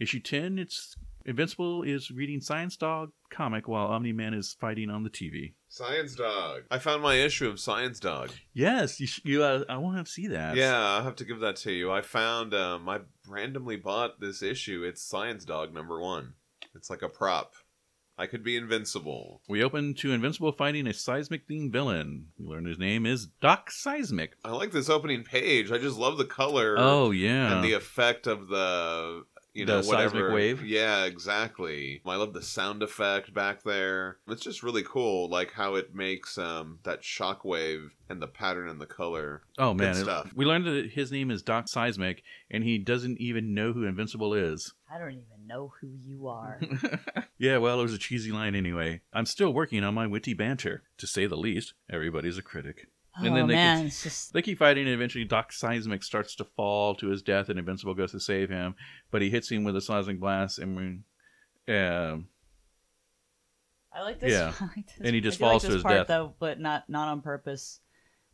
B: Issue ten, it's Invincible is reading Science Dog comic while Omni Man is fighting on the TV.
A: Science Dog. I found my issue of Science Dog.
B: Yes, you. Sh- you uh, I want to see that.
A: Yeah, I have to give that to you. I found um, I randomly bought this issue. It's Science Dog number one. It's like a prop. I could be invincible.
B: We open to Invincible fighting a seismic themed villain. We learn his name is Doc Seismic.
A: I like this opening page. I just love the color
B: Oh yeah.
A: and the effect of the you know
B: The seismic
A: whatever
B: wave?
A: Yeah, exactly. I love the sound effect back there. It's just really cool, like how it makes um, that shockwave and the pattern and the color.
B: oh man.
A: good
B: it-
A: stuff.
B: we learned that his name is Doc Seismic and he doesn't even know who Invincible is.
C: I don't even know who you are.
B: Yeah, well, it was a cheesy line anyway. I'm still working on my witty banter, to say the least. Everybody's a critic.
C: oh,
B: And then they
C: man.
B: can-
C: It's just.
B: They keep fighting, and eventually Doc Seismic starts to fall to his death, and Invincible goes to save him, but he hits him with a seismic blast, and we, um,
C: I like this.
B: Yeah.
C: I like this-
B: And he just
C: I do like
B: falls to
C: this
B: his
C: part,
B: death.
C: though, but not not on purpose.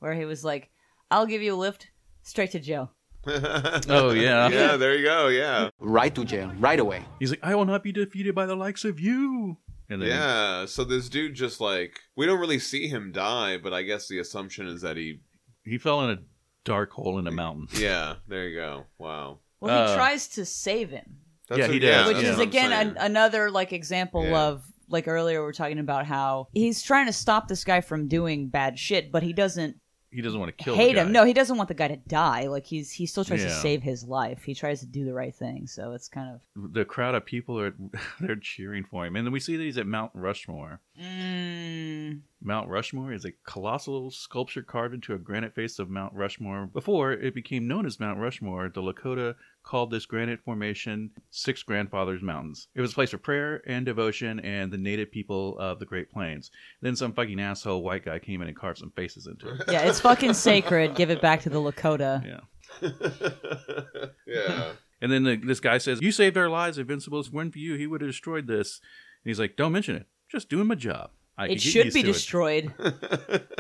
C: Where he was like, "I'll give you a lift straight to jail."
B: oh yeah,
A: yeah, there you go. Yeah.
E: Right to jail, right away.
B: he's like, I will not be defeated by the likes of you. And then
A: Yeah, so this dude just like we don't really see him die, but I guess the assumption is that he
B: he fell in a dark hole in a mountain.
A: Yeah, there you go. Wow.
C: Well, he
B: Uh,
C: tries to save him,
B: Yeah, he
A: does.
B: does,
C: which
B: yeah.
C: is again an, another like example
A: Yeah.
C: of like earlier we are talking about how he's trying to stop this guy from doing bad shit, but he doesn't
B: He doesn't want to kill. the
C: hate him.
B: guy.
C: No, he doesn't want the guy to die. Like he's he still tries to
B: Yeah.
C: save his life. He tries to do the right thing. So it's kind of
B: the crowd of people are they're cheering for him, and then we see that he's at Mount Rushmore.
C: mm,
B: Mount Rushmore is a colossal sculpture carved into a granite face of Mount Rushmore. Before it became known as Mount Rushmore, the Lakota called this granite formation Six Grandfathers Mountains. It was a place for prayer and devotion and the native people of the Great Plains. Then some fucking asshole white guy came in and carved some faces into it.
C: yeah, it's fucking sacred. Give it back to the Lakota.
B: Yeah.
A: yeah.
B: And then the, this guy says, You saved our lives, Invincibles. When for you, he would have destroyed this. And he's like, Don't mention it. Just doing my job. I
C: It
B: could get
C: should
B: used
C: be
B: to it."
C: destroyed.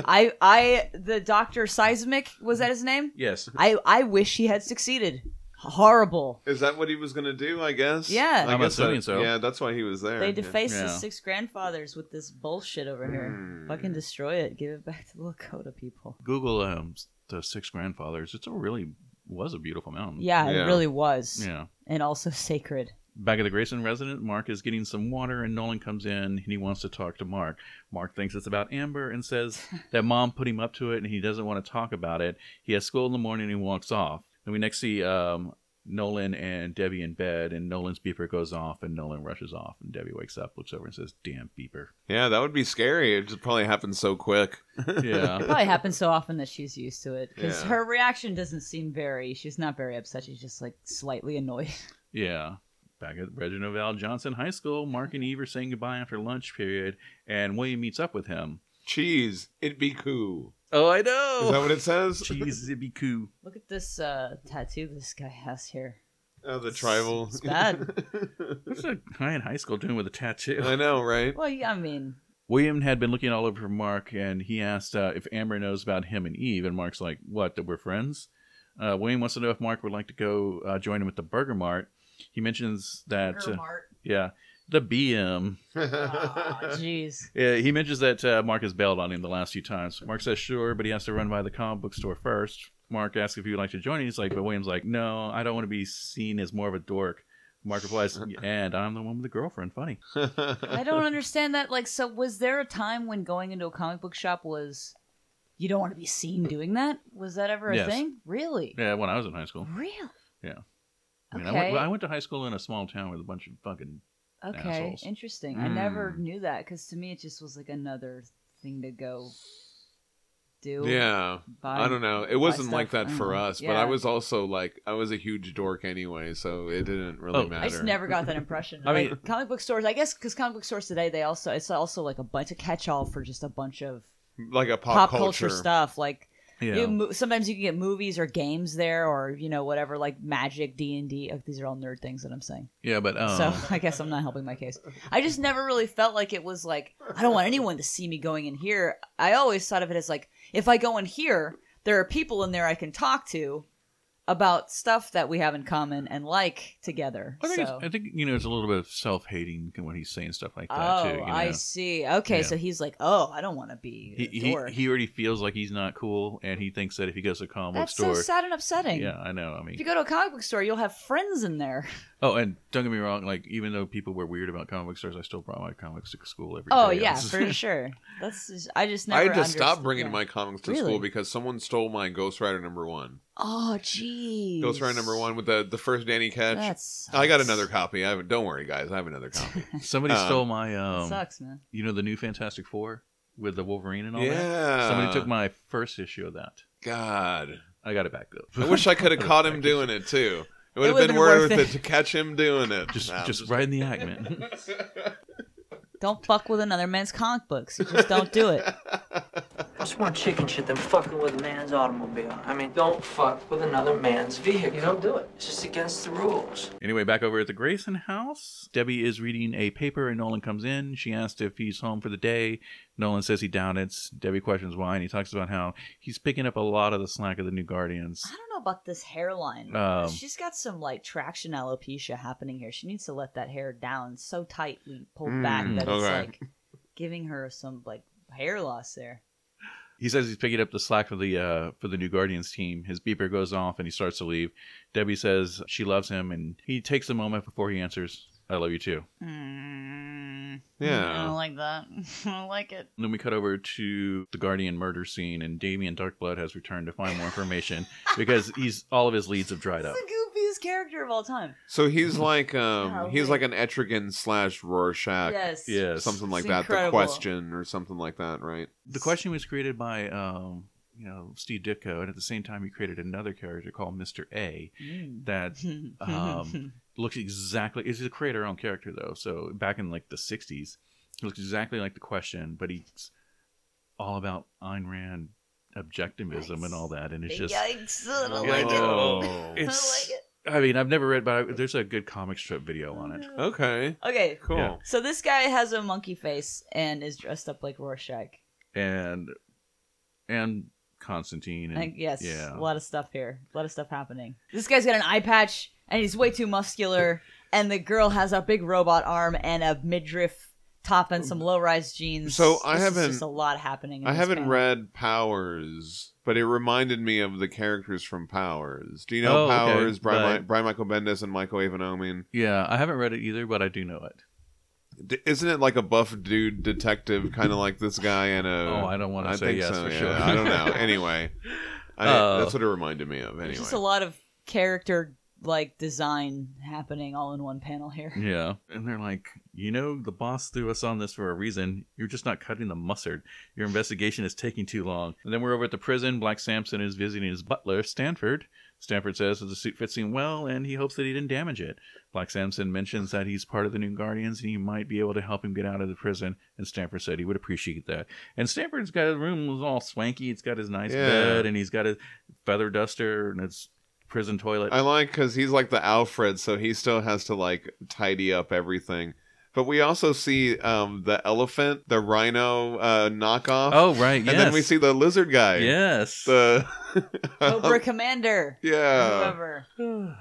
C: I I the Doctor Seismic was that his name?
B: Yes.
C: I I wish he had succeeded. Horrible.
A: Is that what he was gonna do, I guess?
C: Yeah.
A: I
B: I'm
A: guess
B: assuming
A: that-
B: so.
A: Yeah, that's why he was there.
C: They
A: yeah.
C: deface
B: Yeah.
C: his six grandfathers with this bullshit over
A: Mm.
C: here.
A: Hmm.
C: Fucking destroy it. Give it back to the Lakota people.
B: Google um, the Six Grandfathers. It's a really was a beautiful mountain.
C: Yeah,
A: Yeah.
C: it really was.
B: Yeah.
C: And also sacred.
B: Back at the Grayson resident, Mark is getting some water, and Nolan comes in and he wants to talk to Mark. Mark thinks it's about Amber and says that mom put him up to it and he doesn't want to talk about it. He has school in the morning and he walks off. Then we next see um, Nolan and Debbie in bed, and Nolan's beeper goes off, and Nolan rushes off, and Debbie wakes up, looks over, and says, Damn beeper.
A: Yeah, that would be scary. It just probably happened so quick.
B: Yeah.
C: Probably happens so often that she's used to it. Because
A: Yeah.
C: her reaction doesn't seem very she's not very upset. She's just like slightly annoyed.
B: Yeah. Back at Reginald Val Johnson High School, Mark and Eve are saying goodbye after lunch period, and William meets up with him.
A: Cheese, it'd be cool.
B: Oh, I
A: Is that
B: know.
A: what it says?
B: Jeez, it'd be cool.
C: Look at this uh, tattoo this guy has here.
A: Oh, the tribal.
C: It's bad.
B: What's a guy in high school doing with a tattoo?
A: I know, right?
C: well, yeah, I mean,
B: William had been looking all over for Mark, and he asked uh, if Amber knows about him and Eve, and Mark's like, "What? That we're friends?" Uh, William wants to know if Mark would like to go uh, join him at the Burger Mart. He mentions that, uh, yeah, The BM.
C: Oh, Jeez.
B: Yeah, he mentions that uh, Mark has bailed on him the last few times. Mark says sure, but he has to run by the comic book store first. Mark asks if he would like to join. He's like, but William's like, no, I don't want to be seen as more of a dork. Mark replies, and I'm the one with the girlfriend. Funny.
C: I don't understand that. Like, so was there a time when going into a comic book shop was you don't want to be seen doing that? Was that ever a
B: Yes.
C: thing? Really?
B: Yeah, when I was in high school.
C: Really?
B: Yeah. I mean,
C: Okay.
B: I, went, I went to high school in a small town with a bunch of fucking.
C: okay.
B: assholes. Hmm.
C: Interesting. I never knew that because to me it just was like another thing to go do.
A: Yeah.
C: Buy.
A: I don't know. It wasn't like
C: stuff.
A: that for
C: Mm,
A: us, but
C: yeah.
A: I was also like I was a huge dork anyway, so it didn't really
B: Oh. I
A: matter.
C: I just never got that impression.
B: I
C: Like,
B: mean-
C: comic book stores. I guess because comic book stores today, they also it's also like a bunch of catch-all for just a bunch of
A: like a pop,
C: pop, culture. stuff. Like
B: Yeah.
C: You mo- sometimes you can get movies or games there, or you know whatever, like Magic, D and D. uh, These are all nerd things that I'm saying.
B: yeah, but. Um,
C: So I guess I'm not helping my case. I just never really felt like it was like I don't want anyone to see me going in here. I always thought of it as like if I go in here, there are people in there I can talk to about stuff that we have in common and like together.
B: I think,
C: so.
B: it's, I think you know it's a little bit of self-hating when he's saying stuff like that
C: Oh,
B: too. You know?
C: I see. Okay,
B: Yeah.
C: so he's like, "Oh, I don't want to be
B: he,
C: a
B: he,
C: dork."
B: he already feels like he's not cool, and he thinks that if he goes to a comic book
C: That's
B: store,
C: so sad and upsetting.
B: yeah, I know. I mean,
C: If you go to a comic book store, you'll have friends in there.
B: oh, and don't get me wrong. Like, even though people were weird about comic book stores, I still brought my comics to school every day.
C: Oh
B: I
C: yeah,
B: was-
C: for sure. That's just, I just never.
A: I had to
C: underst-
A: stop bringing
C: yeah.
A: my comics to
C: Really?
A: school because someone stole my Ghost Rider number one.
C: Oh jeez.
A: Ghost Rider number one with the the first Danny Ketch.
C: That's.
A: I got another copy. I have, don't worry, guys. I have another copy.
B: Somebody
A: Um,
B: stole my um,
C: sucks, man.
B: you know, the new Fantastic Four with the Wolverine and all that.
A: yeah.
B: Somebody took my first issue of that.
A: God.
B: I got it back though.
A: I wish I could have caught him doing it too. It would have
C: would've
A: been,
C: been
A: worth
C: worth
A: it.
C: it.
A: to catch him doing it.
B: just,
A: No, I'm
B: just right in the act, man.
C: Don't fuck with another man's comic books. You just don't do it.
G: That's more chicken shit than fucking with a man's automobile. I mean, don't fuck with another man's vehicle. You don't do it. It's just against the rules.
B: Anyway, back over at the Grayson house, Debbie is reading a paper and Nolan comes in. She asked if he's home for the day. Nolan says he down it. Debbie questions why, and he talks about how he's picking up a lot of the slack of the new Guardians.
C: I don't know about this hairline.
B: Um,
C: She's got some like traction alopecia happening here. She needs to let that hair down so tightly pulled back
A: Mm,
C: that it's
A: okay.
C: like giving her some like hair loss there.
B: He says he's picking up the slack for the uh, for the new Guardians team. His beeper goes off and he starts to leave. Debbie says she loves him, and he takes a moment before he answers, "I love you too."
C: Mm, I don't
A: Yeah.
C: like that. I don't like it.
B: And then we cut over to the Guardian murder scene, and Damien Darkblood has returned to find more information because he's all of his leads have dried up.
C: It's the goofiest character of all time.
A: So he's like um
C: Oh,
A: he's like
C: wait.
A: an Etrigan slash Rorschach.
C: Yes.
B: Yes.
A: Something like
C: It's
A: that. The
C: incredible.
A: question or something like that, right?
B: The question was created by, um, you know, Steve Ditko, and at the same time, he created another character called Mister A
C: Mm.
B: that um, looks exactly. Is a creator-owned character though, so back in like the '60s, he looks exactly like the question, but he's all about Ayn Rand objectivism and all that, and it's just.
C: Yikes! I don't
B: Yeah, I
C: like it.
B: know.
A: Oh.
B: It's.
C: like
B: I mean, I've never read, but I, there's a good comic strip video on it.
A: Okay.
C: Okay,
A: Cool.
B: Yeah.
C: so this guy has a monkey face and is dressed up like Rorschach.
B: and and Constantine and
C: I yes,
B: yeah.
C: a lot of stuff here. A lot of stuff happening. This guy's got an eye patch and he's way too muscular. And the girl has a big robot arm and a midriff top and some low-rise jeans.
A: So I
C: This is
A: haven't-
C: just a lot happening. in
A: I
C: this
A: haven't
C: panel.
A: read Powers, but it reminded me of the characters from Powers. Do you know
B: Oh, okay,
A: Powers, Brian,
B: but-
A: Mi- Brian Michael Bendis and Michael Avenomin?
B: yeah, I haven't read it either, but I do know it.
A: D- isn't it like a buff dude detective, kind of like this guy and a?
B: Oh, I don't wanna say yes for sure.
A: I don't know. Anyway, I,
B: Oh.
A: that's what it reminded me of.
C: There's
A: Anyway,
C: just a lot of character like design happening all in one panel here.
B: Yeah, and they're like, you know, the boss threw us on this for a reason. You're just not cutting the mustard. Your investigation is taking too long. And then we're over at the prison. Black Samson is visiting his butler, Stanford. Stanford says that the suit fits him well, and he hopes that he didn't damage it. Black Samson mentions that he's part of the New Guardians, and he might be able to help him get out of the prison. And Stanford said he would appreciate that. And Stanford's got a room was all swanky. It's got his nice
A: Yeah.
B: bed, and he's got a feather duster, and it's prison toilet.
A: I like because he's like the Alfred, so he still has to like tidy up everything. But we also see um, the elephant, the rhino uh, knockoff.
B: Oh, right.
A: and
B: Yes.
A: then we see the lizard guy.
B: Yes.
A: The
C: Cobra Commander.
A: yeah.
C: Whoever.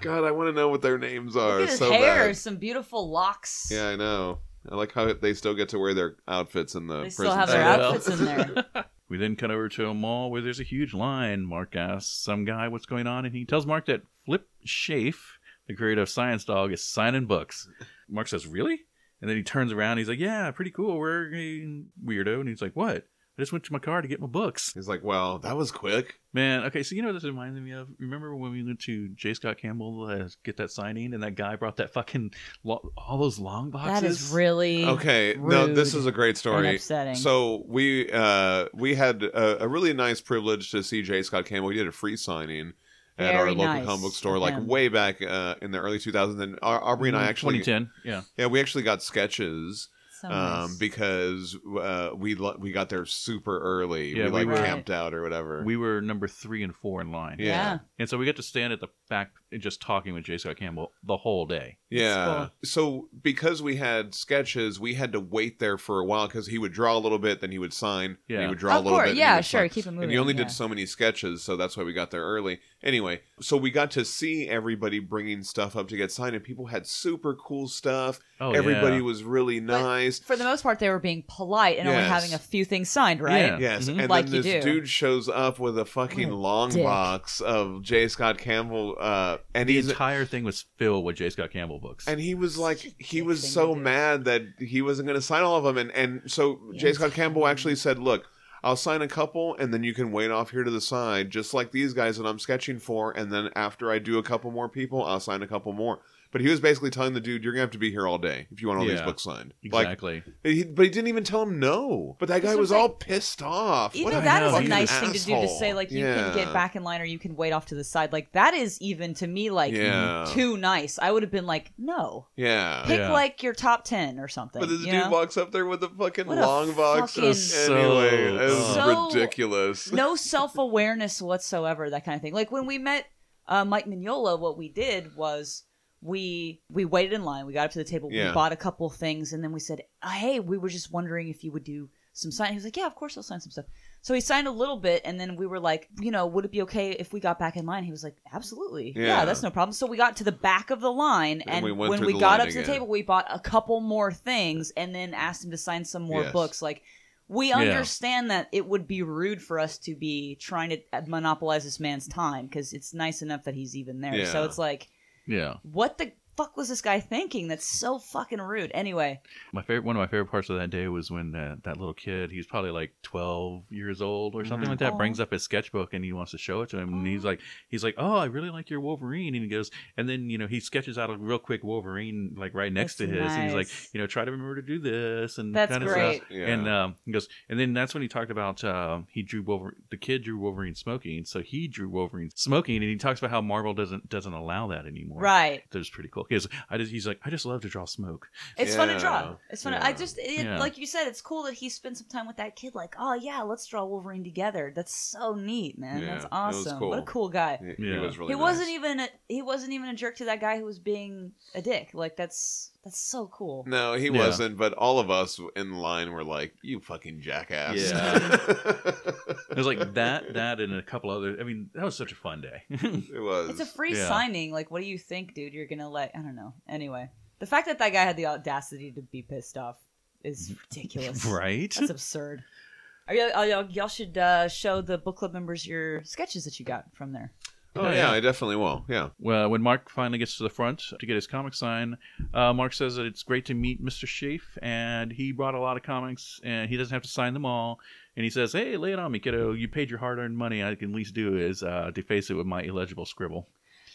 A: God, I want to know what their names are.
C: Um, Look at his
A: so
C: hair,
A: bad.
C: some beautiful locks.
A: Yeah, I know. I like how they still get to wear their outfits in the
C: They
A: prison
C: still have their
A: cell.
B: well.
C: outfits in there.
B: we then cut over to a mall where there's a huge line. Mark asks some guy what's going on, and he tells Mark that Flip Schaeff, the creator of Science Dog, is signing books. Mark says, Really? And then he turns around. He's like, Yeah, pretty cool. We're a weirdo. And he's like, What? I just went to my car to get my books.
A: He's like, "Well, that was quick."
B: Man, okay, so you know what this reminds me of? Remember when we went to J. Scott Campbell uh, get that signing, and that guy brought that fucking lo- all those long boxes?
C: that is really
A: Okay, no, this
C: rude
A: is a great
C: and
A: story.
C: upsetting.
A: So we uh, we had a, a really nice privilege to see J. Scott Campbell. We did a free signing at our
C: Very
A: local
C: nice
A: comic book store,
C: of
A: like
C: him.
A: way back uh, in the early 2000s. And Au- Aubrey
B: Mm-hmm.
A: and I actually,
B: 2010, yeah.
A: yeah, we actually got sketches
C: So Oh, nice.
A: um, because uh, we lo- we got there super early.
B: Yeah,
A: we
B: we
A: like
C: were-
A: camped out or whatever.
B: We were number three and four in line.
A: yeah.
B: And so we got to stand at the back and just talking with J. Scott Campbell the whole day.
A: Yeah. So because we had sketches, we had to wait there for a while because he would draw a little bit, then he would sign. Yeah. He
B: Yeah.
A: would draw
C: Of
A: a little
C: course,
A: bit. and he
C: yeah,
A: would
C: sure,
A: sign.
C: keep it
A: And
C: moving,
A: he only
C: yeah.
A: did so many sketches, so that's why we got there early. Anyway, so we got to see everybody bringing stuff up to get signed, and people had super cool stuff.
B: Oh,
A: everybody
B: yeah.
A: was really nice.
C: For the most part, they were being polite and only
A: Yes.
C: having a few things signed, right?
B: Yeah.
A: Yes,
B: Mhm.
A: and
C: Like
A: then
C: you
A: this
C: do.
A: dude shows up with a fucking
C: What a
A: long
C: dick.
A: box of J. Scott Campbell, uh, and
B: The
A: he's
B: entire thing was filled with J. Scott Campbell books.
A: And he was like, he
C: dick
A: was
C: thing
A: so
C: to do.
A: mad that he wasn't going to sign all of them. And, and so J. Scott Campbell actually said, look, I'll sign a couple and then you can wait off here to the side, just like these guys that I'm sketching for. And then after I do a couple more people, I'll sign a couple more. But he was basically telling the dude, you're going to have to be here all day if you want all these
B: Yeah.
A: books signed. Like,
B: exactly.
A: he, but he didn't even tell him no. But that guy
C: That's
A: was
C: what I'm
A: all pissed off.
C: Even
A: What
C: that is a
A: fucking
B: fucking
C: nice thing to do to say,
A: asshole.
C: like, you
A: Yeah.
C: can get back in line or you can wait off to the side. Like, that is even to me, like,
A: Yeah.
C: too nice. I would have been like, no.
A: Yeah.
C: Pick,
B: Yeah.
C: like, your top 10 or something.
A: But this
C: you
A: dude
C: know?
A: walks up there with a fucking
C: What a
A: long box.
C: fucking-
B: So-
A: anyway, it was
C: So-
A: ridiculous.
C: no self awareness whatsoever, that kind of thing. Like when we met uh, Mike Mignola, what we did was we we waited in line, we got up to the table,
A: Yeah.
C: we bought a couple things, and then we said, uh, "Hey, we were just wondering if you would do some sign." He was like, "Yeah, of course, I'll sign some stuff." So he signed a little bit, and then we were like, "You know, would it be okay if we got back in line?" He was like, "Absolutely, yeah,
A: Yeah.
C: that's no problem." So we got to the back of the line,
A: And
C: and,
A: we went
C: when
A: through
C: we
A: the
C: got
A: line
C: up to the
A: again.
C: table, we bought a couple more things, and then asked him to sign some more
A: Yes.
C: books, like. We understand that it would be rude for us to be trying to uh, monopolize this man's time because it's nice enough that he's even there. So
A: Yeah.
C: it's like,
B: Yeah.
C: what the fuck was this guy thinking? That's so fucking rude. Anyway,
B: My favorite, one of my favorite parts of that day was when that, that little kid, he's probably like 12 years old or something like that,
C: Mm-hmm. Aw.
B: brings up his sketchbook and he wants to show it to him. And he's like, he's like, oh, I really like your Wolverine. And he goes, and then, you know, he sketches out a real quick Wolverine, like right next
C: That's
B: to his. And he's like,
C: nice.
B: you know, try to remember to do this. And
C: That's
B: kind of
C: great.
B: stuff.
A: Yeah.
B: And um, he goes, and then that's when he talked about um he drew Wolverine, the kid drew Wolverine smoking. So he drew Wolverine smoking. And he talks about how Marvel doesn't, doesn't allow that anymore.
C: right.
B: That was pretty cool. He goes, I just, he's like, I just love to draw smoke.
C: It's fun to
A: Yeah.
C: draw. It's fun.
A: Yeah.
C: I just, it,
B: Yeah.
C: like you said, it's cool that he spent some time with that kid. Like, oh yeah, let's draw Wolverine together. That's so neat, man.
A: Yeah,
C: That's
A: it was
C: awesome. What a
A: cool.
C: cool guy.
A: He,
B: Yeah.
A: was really
C: he wasn't even a, he wasn't even a jerk to that guy who was being a dick. Like that's that's so cool.
A: No, he
B: Yeah.
A: wasn't. But all of us in line were like, "You fucking jackass!"
B: It was like that, that, and a couple other. I mean, that was such a fun day.
A: it was.
C: It's a free
B: Yeah.
C: signing. Like, what do you think, dude? You're gonna let I don't know. Anyway, the fact that that guy had the audacity to be pissed off is
A: Mm-hmm.
C: ridiculous.
B: right?
C: That's absurd. Are you, all y'all, y'all should uh, show the book club members your sketches that you got from there.
A: oh yeah, I definitely will. Yeah.
B: Well, when Mark finally gets to the front to get his comic sign, uh, Mark says that it's great to meet Mr. Schaaf, and he brought a lot of comics, and he doesn't have to sign them all. And he says, "Hey, lay it on me, kiddo. You paid your hard-earned money. I can at least do is uh, deface it with my illegible scribble."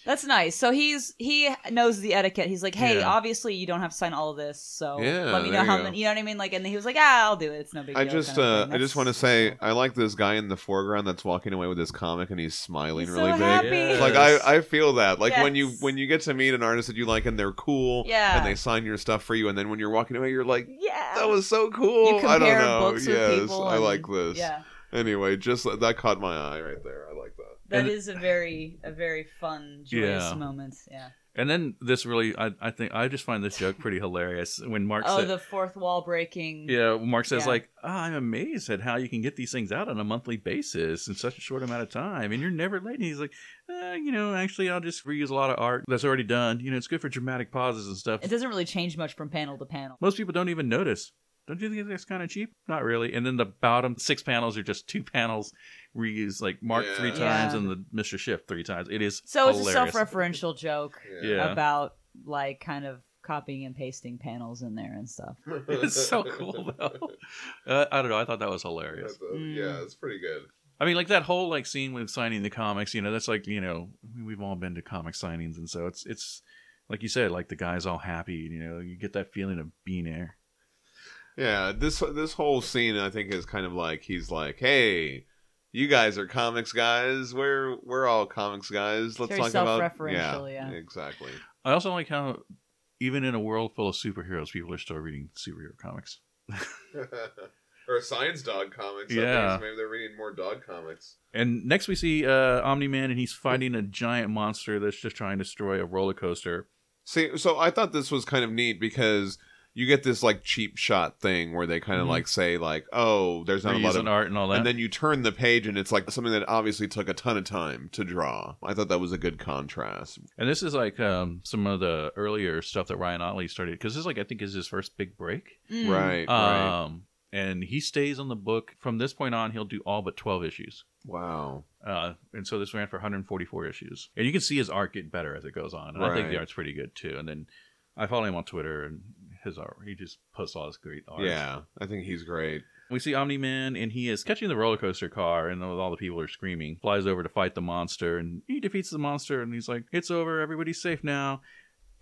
C: That's nice. So he's he knows the etiquette. He's like, hey,
B: Yeah.
C: obviously you don't have to sign all of this, so
A: Yeah,
C: let me
A: there
C: know
A: you
C: how
A: go.
C: many. You know what I mean? Like, and he was like, ah, I'll do it. It's no big
A: I
C: deal.
A: just,
C: kind of
A: uh,
C: thing.
A: I just
C: That's-
A: want to say, I like this guy in the foreground that's walking away with his comic, and he's smiling
C: He's
A: really
C: so
A: big.
C: happy.
B: Yeah.
A: Like I, I feel that. Like when you
C: Yes.
A: when you get to meet an artist that you like and they're cool,
C: Yeah.
A: and they sign your stuff for you, and then when you're walking away, you're like,
C: yeah,
A: "That was so cool."
C: You compare
A: I don't know.
C: books with
A: yes,
C: people.
A: I
C: and-
A: like this.
C: Yeah.
A: Anyway, just that caught my eye right there. I like that.
C: That
B: And-
C: is a very a very fun joyous
B: Yeah.
C: moment. Yeah.
B: And then this really, I, I think I just find this joke pretty hilarious when Mark
C: Oh,
B: said,
C: the fourth wall breaking.
B: "Yeah." Mark says,
C: Yeah.
B: "Like "Ah, I'm amazed at how you can get these things out on a monthly basis in such a short amount of time, and you're never late." And he's like, uh, "You know, actually, I'll just reuse a lot of art that's already done. You know, it's good for dramatic pauses and stuff.
C: It doesn't really change much from panel to panel.
B: Most people don't even notice." Don't you think that's kind of cheap? Not really. And then the bottom six panels are just two panels reused, like Mark three
A: Yeah.
B: times
C: Yeah.
B: and the Mr. Shift three times. It is
C: So it's
B: hilarious.
C: a self-referential joke
B: Yeah.
C: about like kind of copying and pasting panels in there and stuff.
B: it's so cool though. Uh, I don't know. I thought that was hilarious.
A: That's, uh,
C: Mm.
A: yeah, it's pretty good.
B: I mean, like that whole like scene with signing the comics. You know, that's like you know we've all been to comic signings, and so it's it's like you said, like the guy's all happy. and, You know, you get that feeling of being there.
A: Yeah, this this whole scene I think is kind of like he's like, "Hey, you guys are comics guys. We're we're all comics guys. Let's
C: Very
A: talk about
C: self-referential, yeah.
A: exactly.
B: I also like how even in a world full of superheroes, people are still reading superhero comics.
A: or science dog comics.
B: I Yeah. think.
A: maybe they're reading more dog comics.
B: And next we see uh, Omni Man, and he's fighting a giant monster that's just trying to destroy a roller coaster.
A: See, so I thought this was kind of neat because you get this like cheap shot thing where they kind of
B: Mhm.
A: like say like, "Oh, there's not a lot
B: Reusing
A: of
B: art and all that.
A: And then you turn the page and it's like something that obviously took a ton of time to draw. I thought that was a good contrast.
B: And this is like um, some of the earlier stuff that Ryan Otley started because this, is like, I think, is his first big break.
C: Mm.
A: Right. right.
B: Um, and he stays on the book from this point on. He'll do all but twelve issues.
A: Wow.
B: Uh, and so this ran for 144 issues, and you can see his art get better as it goes on. And I think the
A: Right.
B: art's pretty good too. And then I follow him on Twitter, and his art he just posts all his great art.
A: Yeah, I think he's great.
B: We see Omni Man, and he is catching the roller coaster car, and all the people are screaming. Flies over to fight the monster, and he defeats the monster, and he's like, "It's over, everybody's safe now."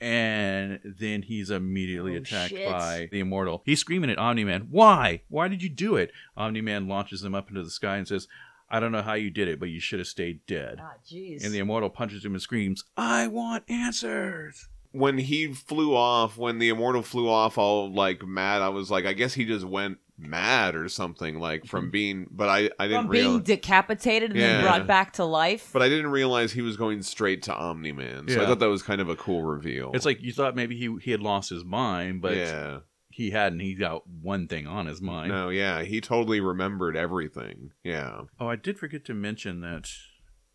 B: And then he's immediately
C: Oh,
B: attacked
C: shit.
B: by the immortal. He's screaming at Omni Man, "Why? Why did you do it?" Omni Man launches him up into the sky and says, "I don't know how you did it, but you should have stayed dead."
C: Ah, jeez.
B: And the immortal punches him and screams, "I want answers!"
A: When he flew off, when the immortal flew off all like mad, I was like, I guess he just went mad or something like
B: Mm-hmm.
A: from being but I I didn't
C: From being
A: realize
C: decapitated and then
A: Yeah.
C: brought back to life.
A: but I didn't realize he was going straight to Omni Man. So I
B: Yeah.
A: thought that was kind of a cool reveal.
B: It's like you thought maybe he he had lost his mind, but
A: yeah.
B: he hadn't. He got one thing on his mind.
A: No, yeah, he totally remembered everything. Yeah.
B: Oh, I did forget to mention that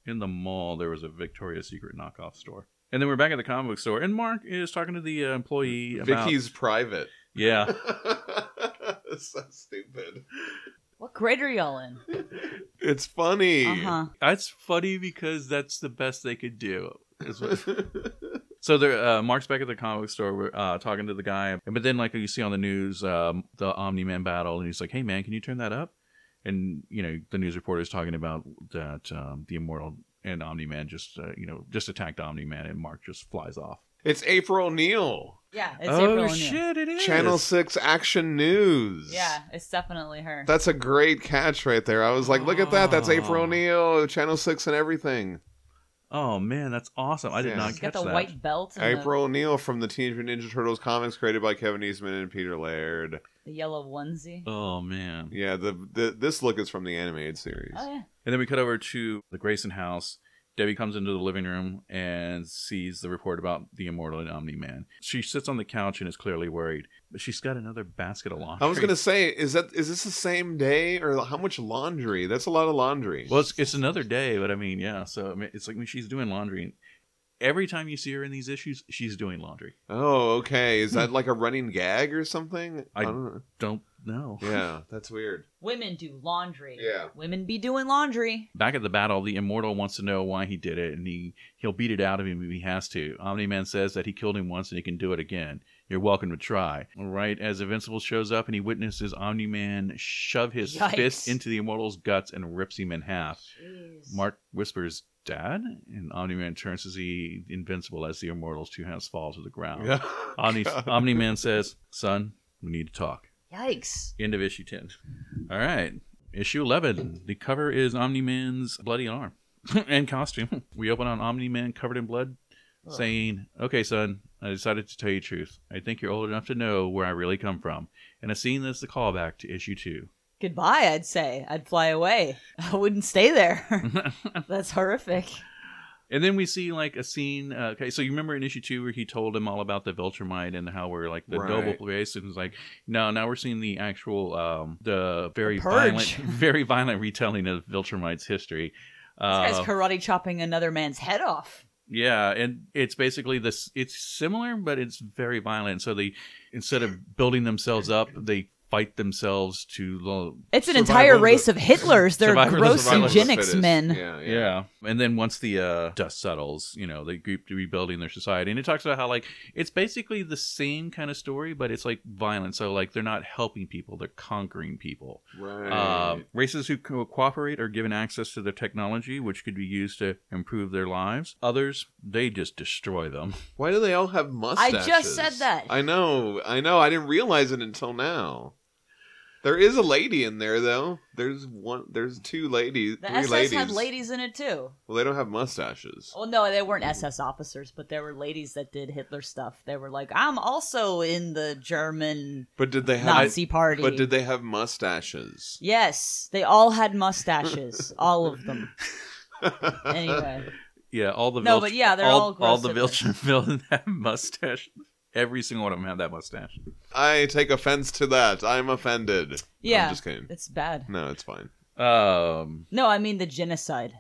B: in the mall there was a Victoria's Secret knockoff store. And then we're back at the comic book store, and Mark is talking to the uh, employee about
A: Vicky's private.
B: yeah,
A: so stupid.
C: what grade are y'all in?
A: It's funny.
C: Uh huh.
B: that's funny because that's the best they could do. is what- so there, uh, Mark's back at the comic book store, uh, talking to the guy, but then like you see on the news, um, the Omni Man battle, and he's like, "Hey man, can you turn that up?" And you know the news reporter is talking about that um, the immortal and Omni Man just uh, you know just attacked Omni Man, and Mark just flies off.
A: It's April O'Neil.
C: Yeah. It's
B: oh
C: April O'Neil.
B: shit! It is
A: Channel 6 Action News.
C: Yeah, it's definitely her.
A: That's a great catch right there. I was like, look at that. That's April
B: Oh.
A: O'Neil, Channel 6 and everything.
B: Oh man, that's awesome! I did
A: Yeah.
B: not
C: She's
B: catch
C: got the
B: that.
C: white belt and the-
A: April O'Neil from the Teenage Mutant Ninja Turtles comics created by Kevin Eastman and Peter Laird.
C: the yellow onesie.
B: Oh man!
A: Yeah, the, the this look is from the animated series.
C: Oh yeah.
B: And then we cut over to the Grayson house. Debbie comes into the living room and sees the report about the immortal and Omni Man. She sits on the couch and is clearly worried, but she's got another basket of laundry.
A: I was gonna say, is that is this the same day or how much laundry? That's a lot of laundry.
B: Well, it's, it's another day, but I mean, yeah. So I mean, it's like when she's doing laundry. And every time you see her in these issues, she's doing laundry.
A: Oh, okay. Is
C: Hmm.
A: that like a running gag or something?
B: I-
A: don't know.
B: Don't know.
A: Yeah, that's weird.
C: Women do laundry.
A: Yeah.
C: Women be doing laundry.
B: Back at the battle, the immortal wants to know why he did it, and he he'll beat it out of him if he has to. Omni Man says that he killed him once and he can do it again. You're welcome to try. Right as Invincible shows up and he witnesses Omni Man shove his
C: Yikes.
B: fist into the immortal's guts and rips him in half.
C: Jeez.
B: Mark whispers, "Dad," and Omni Man turns to see Invincible as the immortal's two hands fall to the ground. Omni
A: God.
B: Omni Man says, "Son, we need to talk."
C: Yikes.
B: End of issue ten. All right. Issue 11. The cover is Omni Man's bloody arm and costume. We open on Omni Man covered in blood, saying, Okay, son, I decided to tell you the truth. I think you're old enough to know where I really come from. And a scene that's the callback to issue 2.
C: goodbye, I'd say. I'd fly away. I wouldn't stay there. That's horrific.
B: And then we see like a scene. Uh, okay, so you remember in issue two where he told him all about the Viltrumite and how we're like the
A: Right.
B: double race, and it's like, no, now we're seeing the actual, um, the very
C: The purge.
B: violent, very violent retelling of Viltrumite's history.
C: This
B: Uh,
C: guy's karate chopping another man's head off.
B: yeah, and it's basically this. It's similar, but it's very violent. So they, instead of building themselves up, they fight themselves to low.
C: It's an
A: Survival
C: entire
A: of the-
C: race of Hitlers. They're
B: Survival of the
C: gross
B: survival of the
C: eugenics men.
A: Yeah, yeah.
B: Yeah. And then once the uh, dust settles, you know, they group to rebuilding their society. And it talks about how, like, it's basically the same kind of story, but it's like violent. So, like, they're not helping people, they're conquering people.
A: Right.
B: Um races who co- cooperate are given access to their technology, which could be used to improve their lives. Others, they just destroy them.
A: Why do they all have
C: I
A: mustaches?
C: just said that.
A: I know. I know. I didn't realize it until now. There is a lady in there though. There's one. There's two ladies.
C: The
A: three
C: SS
A: ladies.
C: had Oh, ladies in it too.
A: Well, they don't have mustaches.
C: Well, no, they weren't SS officers, but there were ladies that did Hitler stuff. They were like, I'm also in the German
A: But did they have?
C: Nazi party.
A: But did they have mustaches?
C: Yes, they all had mustaches, all of them. Anyway,
B: Yeah, all the
C: No,
B: Vilch-
C: but yeah, they're all
B: all
C: gross
B: the
C: and-
B: Viltrum villain have mustache. Every single one of them have that mustache.
A: I take offense to that. I'm offended.
C: yeah,
A: I'm just kidding.
C: it's bad.
A: No, it's fine.
B: Um,
C: No, I mean the genocide,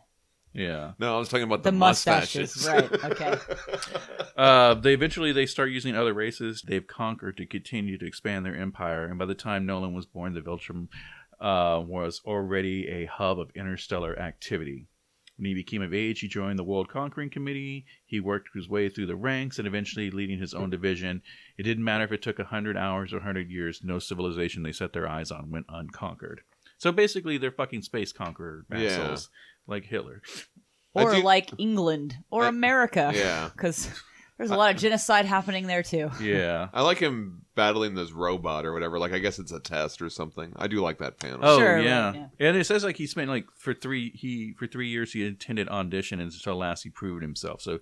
B: yeah.
A: No, I was talking about
C: the,
A: the,
C: mustaches. right? Okay.
B: Uh, they eventually they start using other races they've conquered to continue to expand their empire. And by the time Nolan was born, the Viltrum uh, was already a hub of interstellar activity. When he became of age, he joined the World Conquering Committee. He worked his way through the ranks and eventually leading his own division. It didn't matter if it took 100 hours or 100 years, no civilization they set their eyes on went unconquered. So basically, they're fucking space conqueror
A: Yeah.
B: vassals, like Hitler.
A: I
C: Or
A: do-
C: like England or
A: I-
C: America.
A: yeah.
C: because there's a lot of genocide happening there too.
B: Yeah.
A: I like him battling this robot or whatever. Like I guess it's a test or something. I do like that panel.
B: Oh
C: Sure, right,
B: yeah.
C: yeah.
B: and it says like he spent like for three he for three years he attended audition and until last he proved himself. So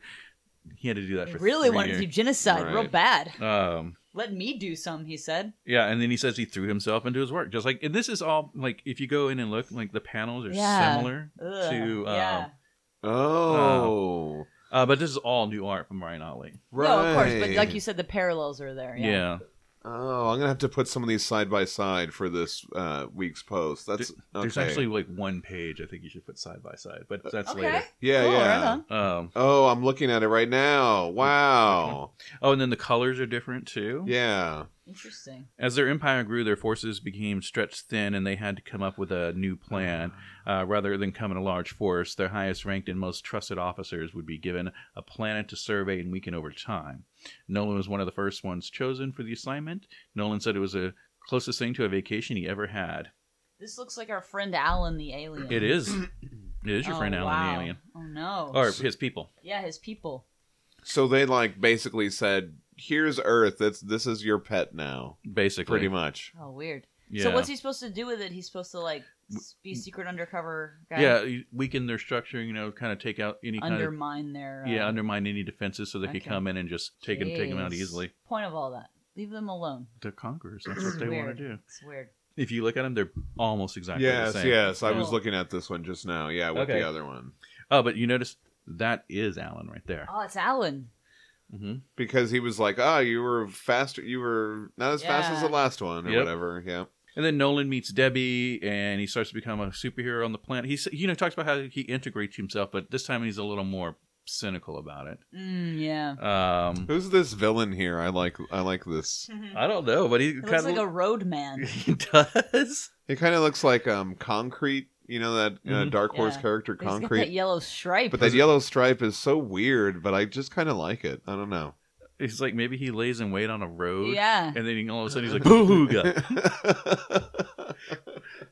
B: he had to do that
C: He
B: for
C: really
B: three
C: wanted to do
B: years.
C: genocide real
A: Right.
C: bad.
B: Um,
C: Let me do some, he said.
B: yeah, and then he says he threw himself into his work, just like and this is all like if you go in and look, like the panels are
C: Yeah.
B: similar
C: Ugh,
B: to, uh,
C: yeah.
A: Oh.
B: uh, but this is all new art from Ryan Otley.
A: Right.
C: Um, No, of course, but like you said, the parallels are there.
B: Yeah,
C: Yeah.
A: Oh, I'm gonna have to put some of these side by side for this uh, week's post. That's okay.
B: there's actually like one page I think you should put side by side, but that's
C: Okay.
B: later.
A: yeah,
C: Cool,
A: yeah.
C: Oh, right on.
B: Um,
A: Oh, I'm looking at it right now. Wow.
B: oh, and then the colors are different too.
A: Yeah.
C: Interesting.
B: As their empire grew, their forces became stretched thin and they had to come up with a new plan.
C: Ah.
B: Uh, rather than come in a large force, their highest ranked and most trusted officers would be given a planet to survey and weaken over time. Nolan was one of the first ones chosen for the assignment. Nolan said it was the closest thing to a vacation he ever had.
C: This looks like our friend Alan the alien.
B: It is. It is your
C: Oh,
B: friend Alan
C: wow.
B: the Alien.
C: Oh no.
B: Or his people.
C: yeah, his people.
A: So they like basically said, "Here's Earth. That's this is your pet now,
B: Basically.
A: pretty much."
C: Oh, weird.
B: Yeah.
C: So what's he supposed to do with it? He's supposed to like s- be secret undercover guy.
B: Yeah, you weaken their structure, you know, kind of take out any kind of.
C: Undermine their. Uh,
B: Yeah, undermine any defenses so they could
C: Okay.
B: come in and just take them, take them out
C: jeez.
B: easily.
C: Point of all that. Leave them alone.
B: They're conquerors. That's
C: This
B: what
C: is
B: they
C: weird.
B: want to do.
C: It's weird.
B: If you look at them, they're almost exactly
A: Yes,
B: the same.
A: yes. I was
C: Cool.
A: looking at this one just now. Yeah, with
B: Okay.
A: the other one
B: Oh, but you notice that is Alan right there.
C: Oh, it's Alan.
B: hmm
A: because he was like, "Ah, you were faster. You were not as fast as
C: Yeah.
A: the last one, or
B: Yep.
A: whatever." Yeah.
B: And then Nolan meets Debbie, and he starts to become a superhero on the planet. He's you know talks about how he integrates himself, but this time he's a little more cynical about it.
C: Mm, yeah.
B: Um,
A: Who's this villain here? I like. I like this.
B: I don't know, but he
C: It
B: kind
C: looks
B: of
C: like a roadman.
B: he does.
A: It kind of looks like um concrete. You know that uh,
B: Mhm.
A: Dark Horse
C: Yeah.
A: character
C: He's got that
A: concrete.
C: yellow stripe.
A: But that yellow stripe is so weird. But I just kind of like it. I don't know.
B: He's like maybe he lays in wait on a road.
C: Yeah.
B: And then he- all of a sudden he's like, booga.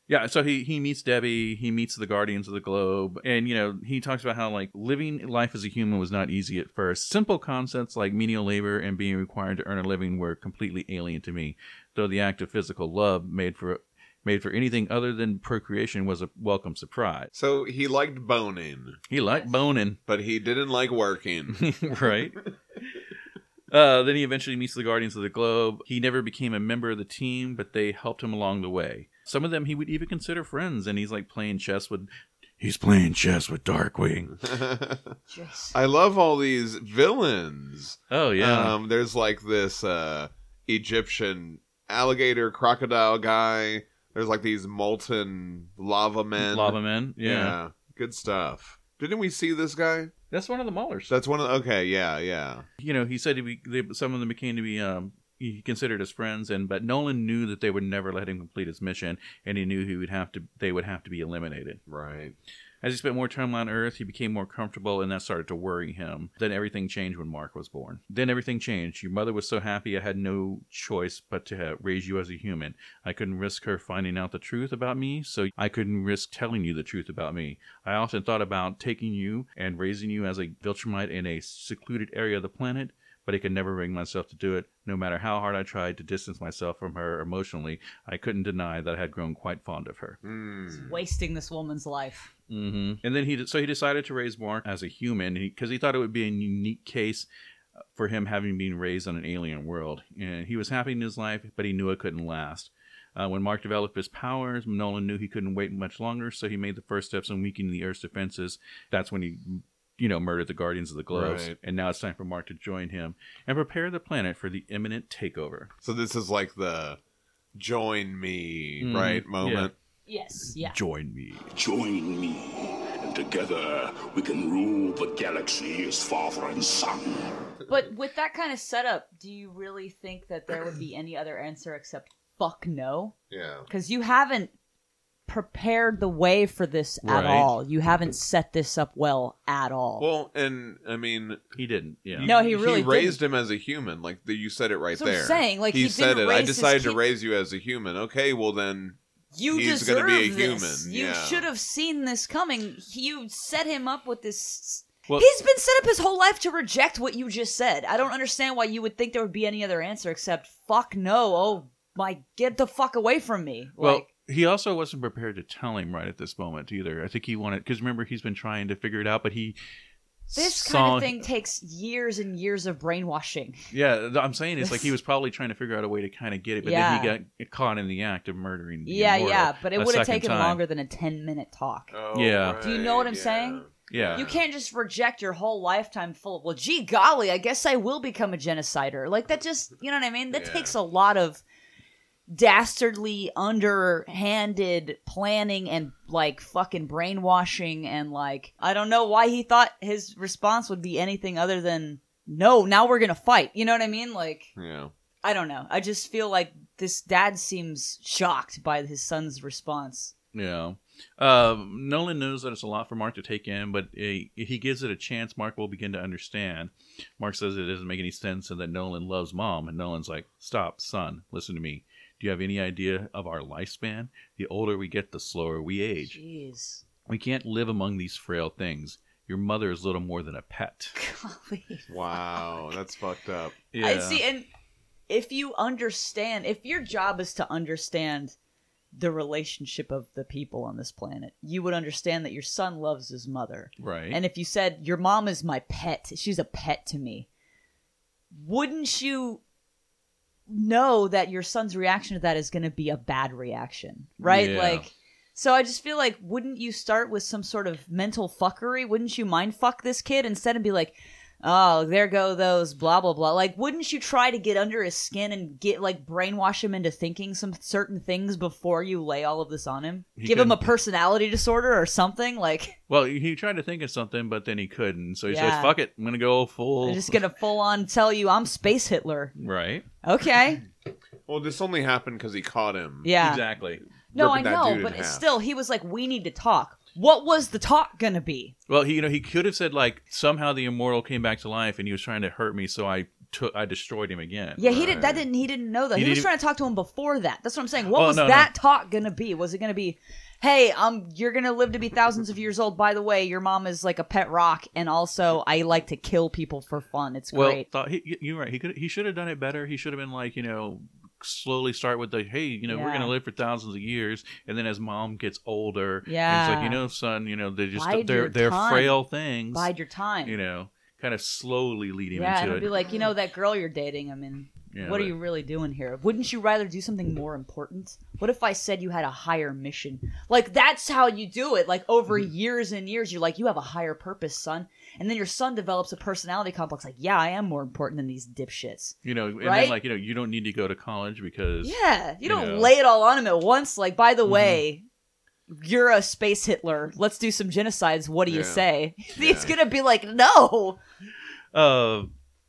B: Yeah, so he he meets Debbie, he meets the Guardians of the Globe, and you know, he talks about how like living life as a human was not easy at first. Simple concepts like menial labor and being required to earn a living were completely alien to me, though the act of physical love made for made for anything other than procreation was a welcome surprise.
A: so he liked boning.
B: He liked boning,
A: but he didn't like working.
B: right? Uh, then he eventually meets the Guardians of the Globe. He never became a member of the team, but they helped him along the way. Some of them he would even consider friends, and he's like playing chess with. He's playing chess with Darkwing.
C: Just
A: I love all these villains.
B: Oh yeah,
A: Um, there's like this uh, Egyptian alligator crocodile guy. There's like these molten lava men.
B: Lava Oh, Man. Yeah.
A: Good stuff. Didn't we see this guy?
B: that's one of the Maulers.
A: That's one of the, okay, yeah, yeah.
B: you know, he said to be, they, some of them became to be um, he considered as friends, and but Nolan knew that they would never let him complete his mission, and he knew he would have to they would have to be eliminated.
A: Right.
B: As he spent more time on Earth, he became more comfortable, and that started to worry him. Then everything changed when Mark was born. Then everything changed. Your mother was so happy I had no choice but to uh, raise you as a human. I couldn't risk her finding out the truth about me, so I couldn't risk telling you the truth about me. I often thought about taking you and raising you as a Viltrumite in a secluded area of the planet, but I could never bring myself to do it. No matter how hard I tried to distance myself from her emotionally, I couldn't deny that I had grown quite fond of her.
A: Hmm.
C: wasting this woman's life.
B: hmm And then he de- so he decided to raise Mark as a human because he, thought it would be a unique case uh, for him having been raised on an alien world. And he was happy in his life, but he knew it couldn't last. Uh, when Mark developed his powers, Nolan knew he couldn't wait much longer, so he made the first steps in weakening the Earth's defenses. That's when he, you know, murdered the Guardians of the Globes.
A: Right.
B: And now it's time for Mark to join him and prepare the planet for the imminent takeover.
A: So this is like the join me
B: Mhm,
A: right moment.
C: Yes, yeah.
B: Join me.
H: Join me, and together we can rule the galaxy as father and son.
C: But with that kind of setup, do you really think that there would be any other answer except fuck no?
A: Yeah.
C: Because you haven't prepared the way for this at
B: Right.
C: all. You haven't set this up well at all.
A: Well, and I mean,
B: He didn't. Yeah.
C: No, Oh, he really
A: raised him as a human. Like the, you said it right
C: That's what I'm
A: there.
C: saying, like,
A: he,
C: he
A: said
C: didn't
A: it. I
C: raise his
A: decided to
C: kid-
A: raise you as a human. Okay, well then,
C: you
A: he's
C: deserve
A: gonna be a
C: this.
A: human,
C: You
A: yeah.
C: should have seen this coming. You set him up with this.
B: Well-
C: He's been set up his whole life to reject what you just said. I don't understand why you would think there would be any other answer except fuck no. Oh my, get the fuck away from me.
B: Well,
C: like,
B: he also wasn't prepared to tell him right at this moment either. I think he wanted because remember he's been trying to figure it out, but he
C: This
B: saw-
C: kind of thing takes years and years of brainwashing.
B: Yeah, th- I'm saying it's like he was probably trying to figure out a way to kind of get it, but
C: Yeah.
B: then he got caught in the act of murdering. The
C: Yeah,
B: immortal
C: yeah, but it
B: a
C: would have
B: second
C: taken
B: time.
C: longer than a 10 minute talk.
A: oh,
B: Yeah.
C: Do you know what I'm
A: yeah.
C: saying?
B: Yeah,
C: You can't just reject your whole lifetime full of, well, gee golly, I guess I will become a genocider. Like, that just, you know what I mean? That
A: Yeah.
C: takes a lot of dastardly, underhanded planning and, like, fucking brainwashing. And, like, I don't know why he thought his response would be anything other than, no, now we're going to fight. You know what I mean? Like,
A: Yeah.
C: I don't know. I just feel like this dad seems shocked by his son's response.
B: Yeah. Um, Nolan knows that it's a lot for Mark to take in, but eh, if he gives it a chance, Mark will begin to understand. Mark says it doesn't make any sense and that Nolan loves mom. And Nolan's like, Stop, son, listen to me. Do you have any idea of our lifespan? The older we get, the slower we age.
C: Jeez.
B: We can't live among these frail things. Your mother is little more than a pet.
C: Golly.
A: Wow, that's fucked up.
C: I see. And if you understand, if your job is to understand the relationship of the people on this planet, you would understand that your son loves his mother.
B: Right.
C: And if you said, Your mom is my pet, she's a pet to me, wouldn't you know that your son's reaction to that is going to be a bad reaction? Right?
B: Yeah.
C: Like, so I just feel like, wouldn't you start with some sort of mental fuckery? Wouldn't you mind fuck this kid instead and be like, Oh, there go those blah blah blah. Like, wouldn't you try to get under his skin and get like brainwash him into thinking some certain things before you lay all of this on him?
B: He
C: Give him a
B: couldn't.
C: personality disorder or something? Like,
B: well, he tried to think of something, but then he couldn't. So he
C: Yeah.
B: says, Fuck it. I'm going to go full.
C: I'm just gonna full on tell you I'm Space Hitler.
B: Right.
C: Okay.
A: Well, this only happened because he caught him.
C: Yeah.
B: Exactly.
C: No, I
A: ripping that dude
C: know,
A: in
C: but it's
A: half.
C: still, he was like, "We need to talk." What was the talk gonna be?
B: Well, he, you know, he could have said like somehow the immortal came back to life and he was trying to hurt me, so I took, I destroyed him again.
C: Yeah, he didn't. That didn't. He didn't know that.
B: He
C: He, was
B: didn't-
C: trying to talk to him before that. That's what I'm saying. What
B: Oh,
C: was
B: no, no.
C: that talk gonna be? Was it gonna be, "Hey, um, you're gonna live to be thousands of years old. By the way, your mom is like a pet rock, and also I like to kill people for fun. It's
B: Well,
C: great."
B: thought he, you- you're right. He could, he should have done it better. He should have been like, you know, slowly start with the, hey, you know, we're
C: Yeah.
B: gonna live for thousands of years, and then as mom gets older, and it's
C: Yeah.
B: like you know, son, you know, they just
C: Bide
B: they're
C: your
B: they're
C: time.
B: frail things,
C: Bide your time.
B: you know, kind of slowly lead him
C: yeah, and
B: into it.
C: it'll be like, you know, that girl you're dating. I mean,
B: Yeah,
C: what are
B: but-
C: you really doing here? Wouldn't you rather do something more important? What if I said you had a higher mission? Like that's how you do it. Like over years and years, you're like, you have a higher purpose, son. And then your son develops a personality complex. Like, yeah, I am more important than these dipshits.
B: You know, and
C: Right?
B: then like you know, you don't need to go to college because
C: Yeah, you don't
B: know.
C: lay it all on him at once. Like, by the way, you're a space Hitler. Let's do some genocides. What do you
A: Yeah.
C: say? He's
A: Yeah.
C: gonna be like, no.
B: Uh,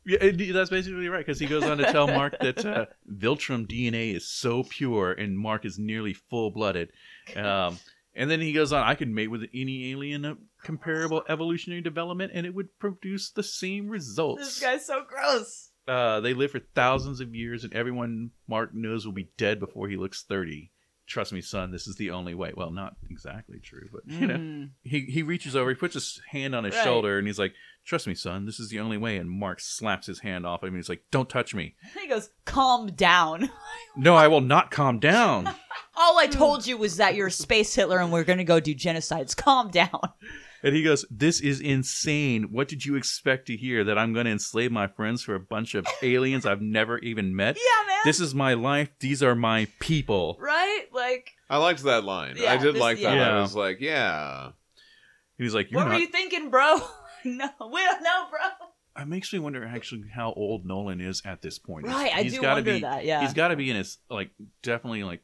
B: yeah, it- that's basically right because he goes on to tell Mark that uh, Viltrum DNA is so pure, and Mark is nearly full blooded. Um, and then he goes on, I could mate with any alien of comparable evolutionary development, and it would produce the same
C: This
B: results.
C: guy's so gross.
B: Uh, they live for thousands of years, and everyone Mark knows will be dead before he looks thirty. Trust me, son, this is the only way. Well, not exactly true, but
C: Mm-hmm.
B: you know he he reaches over, he puts his hand on his
C: Right.
B: shoulder, and he's like, "Trust me, son, this is the only way." And Mark slaps his hand off him, and he's like, "Don't touch me!
C: He goes, calm down.
B: No, I will not calm down."
C: All I told you was that you're a space Hitler and we're gonna go do genocides. Calm down.
B: and he goes, "This is insane. What did you expect to hear? That I'm going to enslave my friends for a bunch of aliens I've never even met?
C: Yeah, man.
B: This is my life. These are my people."
C: right? Like,
A: I liked that line.
C: Yeah,
A: I did
C: this-
A: like that.
B: yeah.
A: I was like, yeah.
B: And he's like, "You're
C: what
B: not."
C: were you thinking, bro? no, we don't know, bro.
B: It makes me wonder actually how old Nolan is at this point.
C: Right, I do
B: gotta
C: wonder
B: be,
C: that, yeah.
B: he's got to be in his like definitely like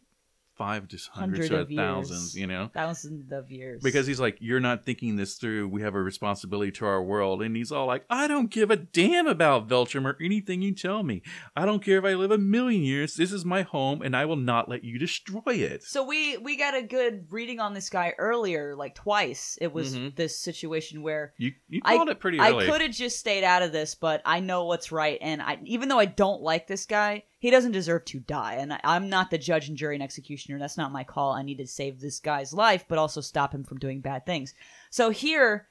B: five to hundreds
C: Hundred
B: or
C: of years.
B: thousands, you know.
C: Thousands of years.
B: because he's like you're not thinking this through we have a responsibility to our world and he's all like i don't give a damn about veltrum or anything you tell me i don't care if i live a million years this is my home and i will not let you destroy it
C: So we we got a good reading on this guy earlier, like twice. It was
B: Mhm.
C: this situation where
B: you you
C: I-
B: called it pretty
C: I
B: early
C: could have just stayed out of this, but I know what's right, and I even though I don't like this guy, he doesn't deserve to die, and I, I'm not the judge and jury and executioner. That's not my call. I need to save this guy's life, but also stop him from doing bad things. So here,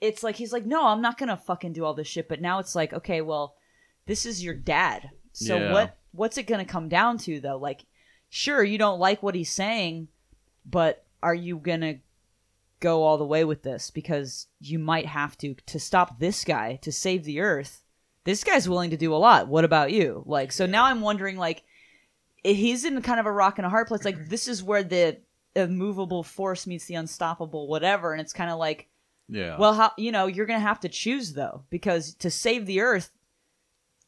C: it's like he's like, no, I'm not gonna fucking do all this shit. But now it's like, okay, well, this is your dad. So
B: Yeah.
C: what what's it gonna come down to though? Like, sure, you don't like what he's saying, but are you gonna go all the way with this because you might have to to stop this guy to save the earth this guy's willing to do a lot what about you like so now i'm wondering like i- he's in kind of a rock and a hard place like this is where the immovable force meets the unstoppable whatever and it's kind of like
B: yeah
C: well how you know you're gonna have to choose though because to save the earth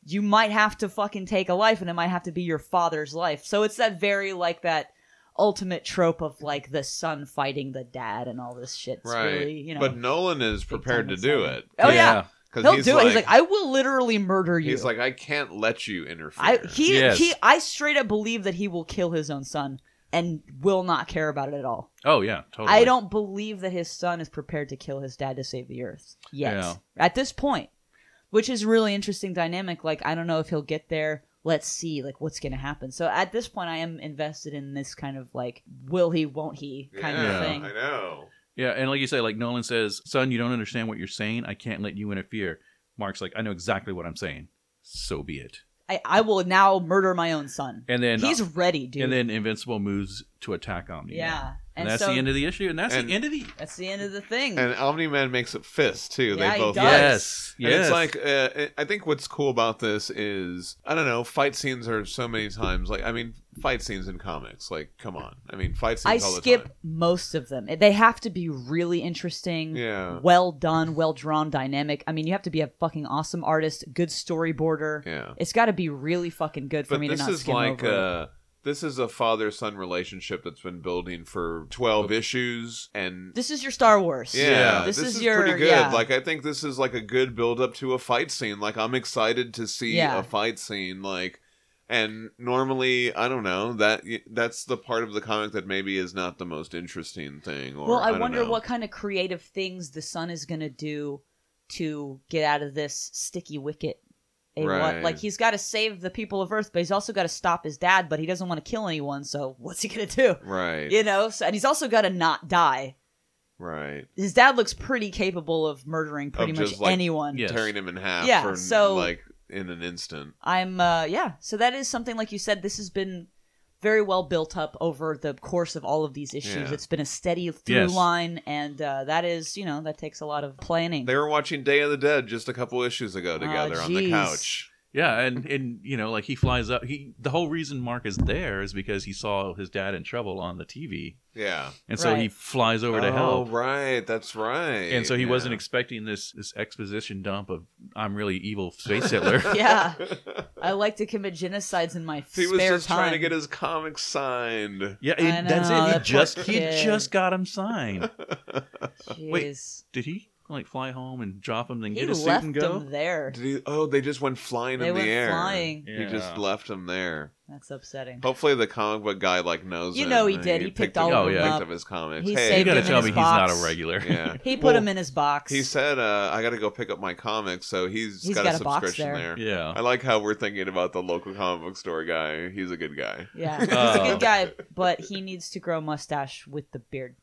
C: you might have to fucking take a life and it might have to be your father's life so it's that very like that ultimate trope of like the son fighting the dad and all this shit It's
A: Right.
C: really, you know
A: but Nolan is prepared to
C: time
A: do
C: exciting.
A: it.
C: oh yeah,
A: Because
C: he'll
A: he's
C: do
A: like,
C: it he's like i will literally murder you
A: he's like, I can't let you interfere.
C: i he
B: Yes.
C: he i straight up believe that he will kill his own son and will not care about it at all
B: oh yeah totally
C: I don't believe that his son is prepared to kill his dad to save the earth yet.
B: Yeah.
C: At this point, which is really interesting dynamic. Like I don't know if he'll get there. Let's see, like what's going to happen. So at this point, I am invested in this kind of like will he, won't he kind
A: yeah,
C: of thing.
A: I know.
B: yeah and like you say like nolan says son you don't understand what you're saying i can't let you interfere mark's like i know exactly what i'm saying so be it
C: I, I will now murder my own son.
B: and then uh,
C: He's ready, dude.
B: and then invincible moves to attack omni
C: yeah.
B: and, that's the end of the issue and that's
A: And-
B: the end of the
C: that's the end of the thing.
A: And Omni Man makes it fist too.
C: Mm. Yeah,
A: they
C: he
A: both
C: does. Yeah.
B: yes
A: And
B: yes
A: it's like uh, I think what's cool about this is I don't know fight scenes are so many times like I mean fight scenes in comics like come on I mean fight
C: I
A: scenes all the
C: skip
A: time
C: most of them. They have to be really interesting,
A: Yeah.
C: well done, well drawn, dynamic. I mean, you have to be a fucking awesome artist, good storyboarder.
A: Yeah.
C: It's got to be really fucking good for
A: but
C: me to
A: this
C: not
A: is
C: skim
A: like
C: over. it.
A: uh, this is a father son relationship that's been building for twelve
B: Oh.
A: issues and
C: this is your Star Wars.
A: yeah,
C: This, is,
A: is,
C: your
A: pretty good
C: Yeah.
A: like I think this is like a good build up to a fight scene like I'm excited to see
C: Yeah.
A: a fight scene like. And normally, I don't know that that's the part of the comic that maybe is not the most interesting thing. Or,
C: well, I,
A: don't
C: wonder
A: know.
C: what kind of creative things the sun is going to do to get out of this sticky wicket. A what?
A: Right.
C: Like he's got to save the people of Earth, but he's also got to stop his dad. But he doesn't want to kill anyone, so what's he going to do?
A: Right.
C: You know, so, and he's also got to not die.
A: right.
C: his dad looks pretty capable of murdering pretty much
A: just, like,
C: anyone.
B: Yes.
A: Tearing him in half
C: Yeah,
A: for
C: so-
A: like in an instant.
C: I'm uh yeah, so that is something like you said this has been very well built up over the course of all of these issues.
A: Yeah.
C: It's been a steady through
B: Yes.
C: line and uh, that is, you know, that takes a lot of planning.
A: They were watching Day of the Dead just a couple issues ago together on the
C: Ah, jeez.
A: couch.
B: Yeah, and and you know, like he flies up. He the whole reason Mark is there is because he saw his dad in trouble on the TV,
A: Yeah.
B: and so he
C: Right.
B: flies over to
A: oh,
B: help.
A: right. That's right.
B: And so he
A: yeah.
B: wasn't expecting this this exposition dump of I'm really evil space Hitler.
C: yeah. I like to commit genocides in my
A: He
C: spare
A: was just
C: time.
A: trying to get his comic signed.
B: Yeah,
C: I
B: it, that's it. He
C: know, that
B: just
C: poor
B: he
C: kid.
B: just got him signed. wait.
C: Jeez.
B: Did he like fly home and drop him, then
C: He
B: get a suit
C: left
B: and go?
C: them there.
A: Did he, oh, they just went flying
C: They
A: in
C: went
A: the air.
C: flying.
A: He just
B: Yeah.
A: left him there.
C: That's upsetting.
A: Hopefully, the comic book guy like knows.
C: You
A: him
C: know he
A: and
C: did. He picked all
A: him-
B: of
A: he
B: them
A: picked
C: up.
A: up his comics.
C: He
A: hey,
B: You
C: saved
B: gotta
C: him in
B: tell
C: his
B: me he's
C: box.
B: not a regular.
A: Yeah.
C: He put
B: Well,
C: him in his box.
A: He said, uh, "I got to go pick up my comics," so he's
C: He's
A: got,
C: got
A: a
C: a box
A: subscription
C: there.
B: Yeah.
A: I like how we're thinking about the local comic book store guy. He's a good guy.
C: yeah, he's a
A: Uh,
B: Oh.
C: good guy, but he needs to grow a mustache with the beard.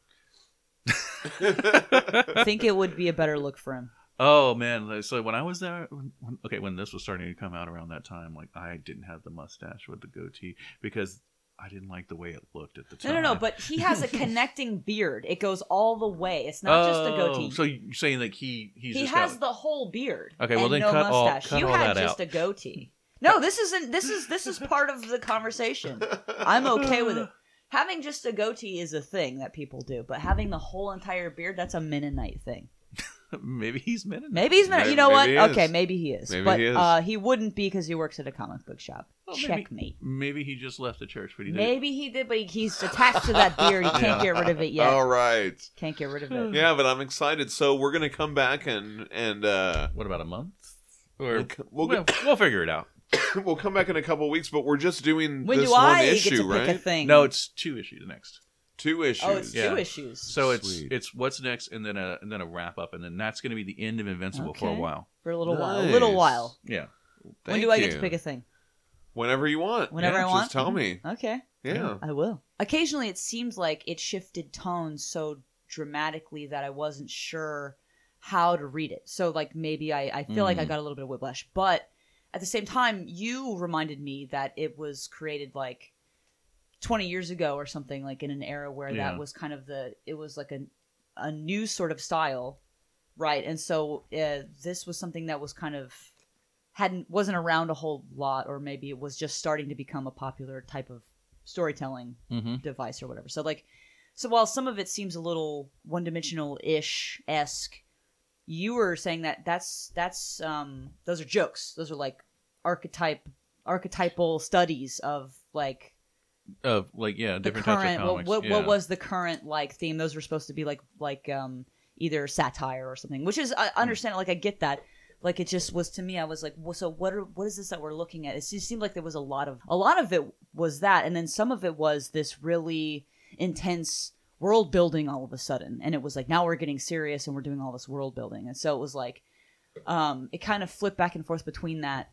C: I think it would be a better look for him.
B: Oh man! like, So when I was there, when, when- okay, when this was starting to come out around that time, like I didn't have the mustache with the goatee because I didn't like the way it looked at the
C: No,
B: time.
C: no, no. But he has a connecting beard. It goes all the way. It's not just a
B: Oh,
C: goatee.
B: So you're saying like he he's
C: he
B: just
C: has
B: got,
C: the whole beard.
B: Okay, well
C: and
B: then
C: no
B: cut all-
C: mustache.
B: cut
C: you
B: all
C: had
B: that
C: just
B: out.
C: a goatee. No, this isn't. This is this is part of the conversation. I'm okay with it. Having just a goatee is a thing that people do, but having the whole entire beard, that's a Mennonite thing.
B: maybe he's Mennonite.
C: Maybe he's Mennonite.
A: Maybe-
C: You know what?
A: maybe he is.
C: Okay, maybe he is.
A: Maybe
C: but
A: he is.
C: Uh, he wouldn't be because he works at a comic book shop.
B: Oh, maybe-
C: Checkmate.
B: Maybe he just left the church, but he didn't.
C: Maybe he did, but he, he's attached to that beard. He can't get rid of it yet.
A: All right.
C: Can't get rid of it.
A: Yeah, but I'm excited. So we're gonna come back and and uh,
B: What about a month? Or
A: we'll
B: we'll,
A: get-
B: we'll, figure it out.
A: we'll come back in a couple weeks. But we're just doing
C: When
A: this
C: do
A: one
C: I
A: issue,
C: get to pick
A: right?
C: a thing?
B: No, it's two issues next.
A: Two issues.
C: oh, it's
B: Yeah.
C: two issues.
B: So
A: Sweet.
B: it's it's what's next, and then a and then a wrap up, and then that's going to be the end of Invincible for a
C: Okay.
B: while.
C: For a little while. A little
A: Nice.
C: while.
B: Yeah.
C: when
A: Thank
C: do I get
A: you.
C: to pick a thing?
A: Whenever you want.
C: Whenever
A: Yeah,
C: I want? Mm-hmm.
A: Just tell me.
C: Okay, Mm,
A: Yeah.
C: I will. Occasionally, it seemed like it shifted tone so dramatically that I wasn't sure how to read it. So, like, maybe I, I feel like
A: Mm.
C: I got a little bit of whiplash. But at the same time, you reminded me that it was created like 20 years ago or something, like in an era where
B: Yeah.
C: that was kind of the, it was like a, a new sort of style. Right. And so uh, this was something that was kind of hadn't wasn't around a whole lot or maybe it was just starting to become a popular type of storytelling
B: Mm-hmm.
C: device or whatever. So like so while some of it seems a little one dimensional ish esque, you were saying that that's that's um those are jokes. Those are like archetype archetypal studies of like
B: Of like yeah,
C: the
B: different types of
C: current
B: comics.
C: what what,
B: yeah.
C: what was the current like theme those were supposed to be like like um either satire or something which is
B: Hmm.
C: i understand like i get that like it just was to me i was like well, so what are what is this that we're looking at it just seemed like there was a lot of a lot of it was that and then some of it was this really intense world building all of a sudden and it was like now we're getting serious and we're doing all this world building and so it was like um it kind of flipped back and forth between that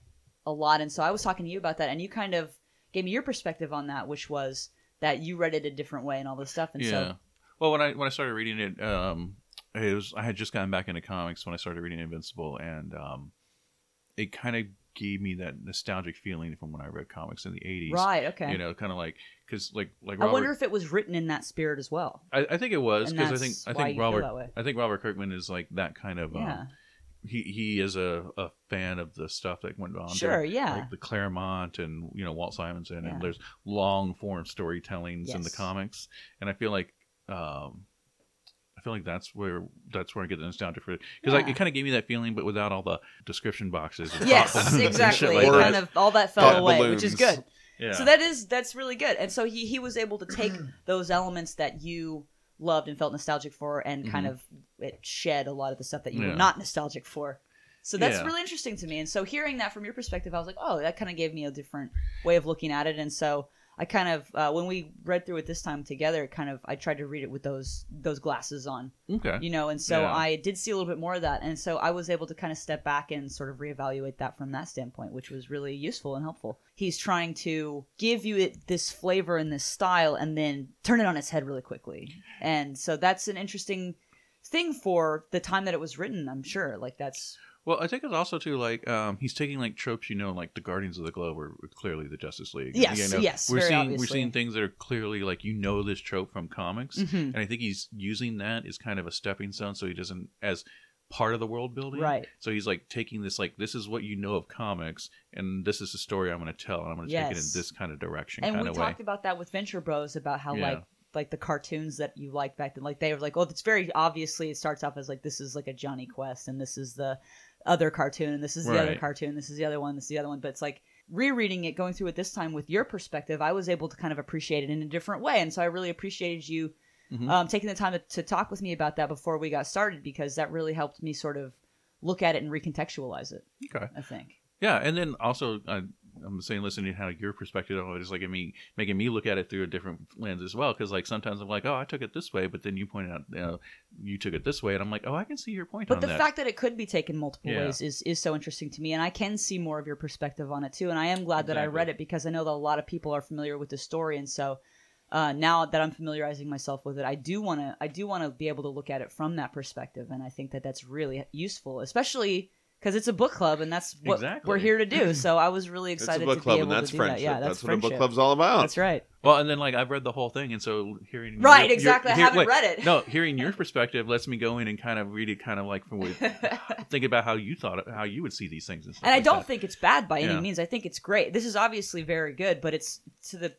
C: a lot and so i was talking to you about that and you kind of gave me your perspective on that which was that you read it a different way and all this stuff and
B: yeah.
C: so
B: Well, when I when I started reading it, um, it was I had just gotten back into comics when I started reading Invincible, and um, it kind of gave me that nostalgic feeling from when I read comics in the eighties.
C: right okay
B: You know, kind of like because like like
C: i
B: Robert,
C: wonder if it was written in that spirit as well
B: I, I think it was
C: And
B: because I think
C: that's
B: I
C: why you
B: think
C: feel
B: Robert
C: that way.
B: I think Robert Kirkman is like that kind of
C: yeah
B: um, he he is a, a fan of the stuff that went on.
C: Sure, yeah.
B: like the Claremont and you know Walt Simonson
C: Yeah.
B: and there's long form storytellings in the
C: Yes.
B: comics, and I feel like um, I feel like that's where that's where I get the nostalgia for it because like
C: Yeah.
B: it kind of gave me that feeling, but without all the description boxes. And
C: yes
B: thought balloons
C: exactly
B: And shit like
C: kind
B: that.
C: of all that fell
A: Thought
C: away which is
A: balloons.
C: good
B: yeah.
C: So that is that's really good. And so he he was able to take those elements that you loved and felt nostalgic for and kind of it shed a lot of the stuff that you
B: Mm-hmm. Yeah.
C: were not nostalgic for. So that's
B: Yeah.
C: really interesting to me. And so hearing that from your perspective, I was like, oh, that kind of gave me a different way of looking at it. And so I kind of uh, when we read through it this time together, it kind of I tried to read it with those those glasses on
B: okay.
C: you know and so
B: Yeah.
C: i did see a little bit more of that and so i was able to kind of step back and sort of reevaluate that from that standpoint which was really useful and helpful he's trying to give you it this flavor and this style and then turn it on its head really quickly and so that's an interesting thing for the time that it was written i'm sure like that's
B: Well, I think it's also too like um, he's taking like tropes, you know, like the Guardians of the Globe are clearly the Justice League.
C: Yes,
B: you know,
C: yes,
B: we're
C: very
B: seeing we're
C: obviously.
B: seeing things that are clearly like you know Mm-hmm. this trope from comics, and I think he's using that as kind of a stepping stone, so he doesn't as part of the world building.
C: Right.
B: So he's like taking this like this is what you know of comics, and this is the story I'm going to tell, and I'm going to take it in
C: Yes.
B: this kind of direction,
C: and
B: kind
C: we
B: of way.
C: talked about that with Venture Bros about how
B: Yeah.
C: like like the cartoons that you liked back then, like they were like, oh, it's very obviously it starts off as like this is like a Johnny Quest, and this is the other cartoon, and this is the other
B: Right.
C: cartoon, this is the other one, this is the other one, but it's like rereading it, going through it this time with your perspective, I was able to kind of appreciate it in a different way, and so I really appreciated you
B: Mhm.
C: um, taking the time to, to talk with me about that before we got started because that really helped me sort of look at it and recontextualize it.
B: okay.
C: I think.
B: Yeah, and then also uh, I'm saying listening to how your perspective on it is like I mean, making me look at it through a different lens as well. Because like sometimes I'm like, oh, I took it this way, but then you point out, you, know, you took it this way, and I'm like, oh, I can see your point
C: But
B: on
C: the
B: that.
C: fact that it could be taken multiple
B: Yeah.
C: ways is, is so interesting to me, and I can see more of your perspective on it too. And I am glad that I
B: Exactly.
C: read it because I know that a lot of people are familiar with the story, and so uh, now that I'm familiarizing myself with it, I do want to I do want to be able to look at it from that perspective, and I think that that's really useful, especially because it's a book club, and that's what
B: Exactly.
C: we're here to do. So I was really
A: It's a
C: excited
A: book
C: to
A: club,
C: be
A: and
C: able
A: that's
C: to do
A: friendship.
C: that. Yeah, that's,
A: that's, what
C: friendship.
A: a book club's all about.
C: That's right.
B: well, and then like I've read the whole thing, and so hearing
C: Right,
B: your- your-
C: exactly, I
B: hear-
C: haven't
B: wait,
C: read it.
B: no, hearing your perspective lets me go in and kind of read it, kind of like from with, think about how you thought it- how you would see these things, and, stuff
C: and I
B: like
C: don't
B: that.
C: think it's bad by any
B: Yeah.
C: means. I think it's great. This is obviously very good, but it's to the,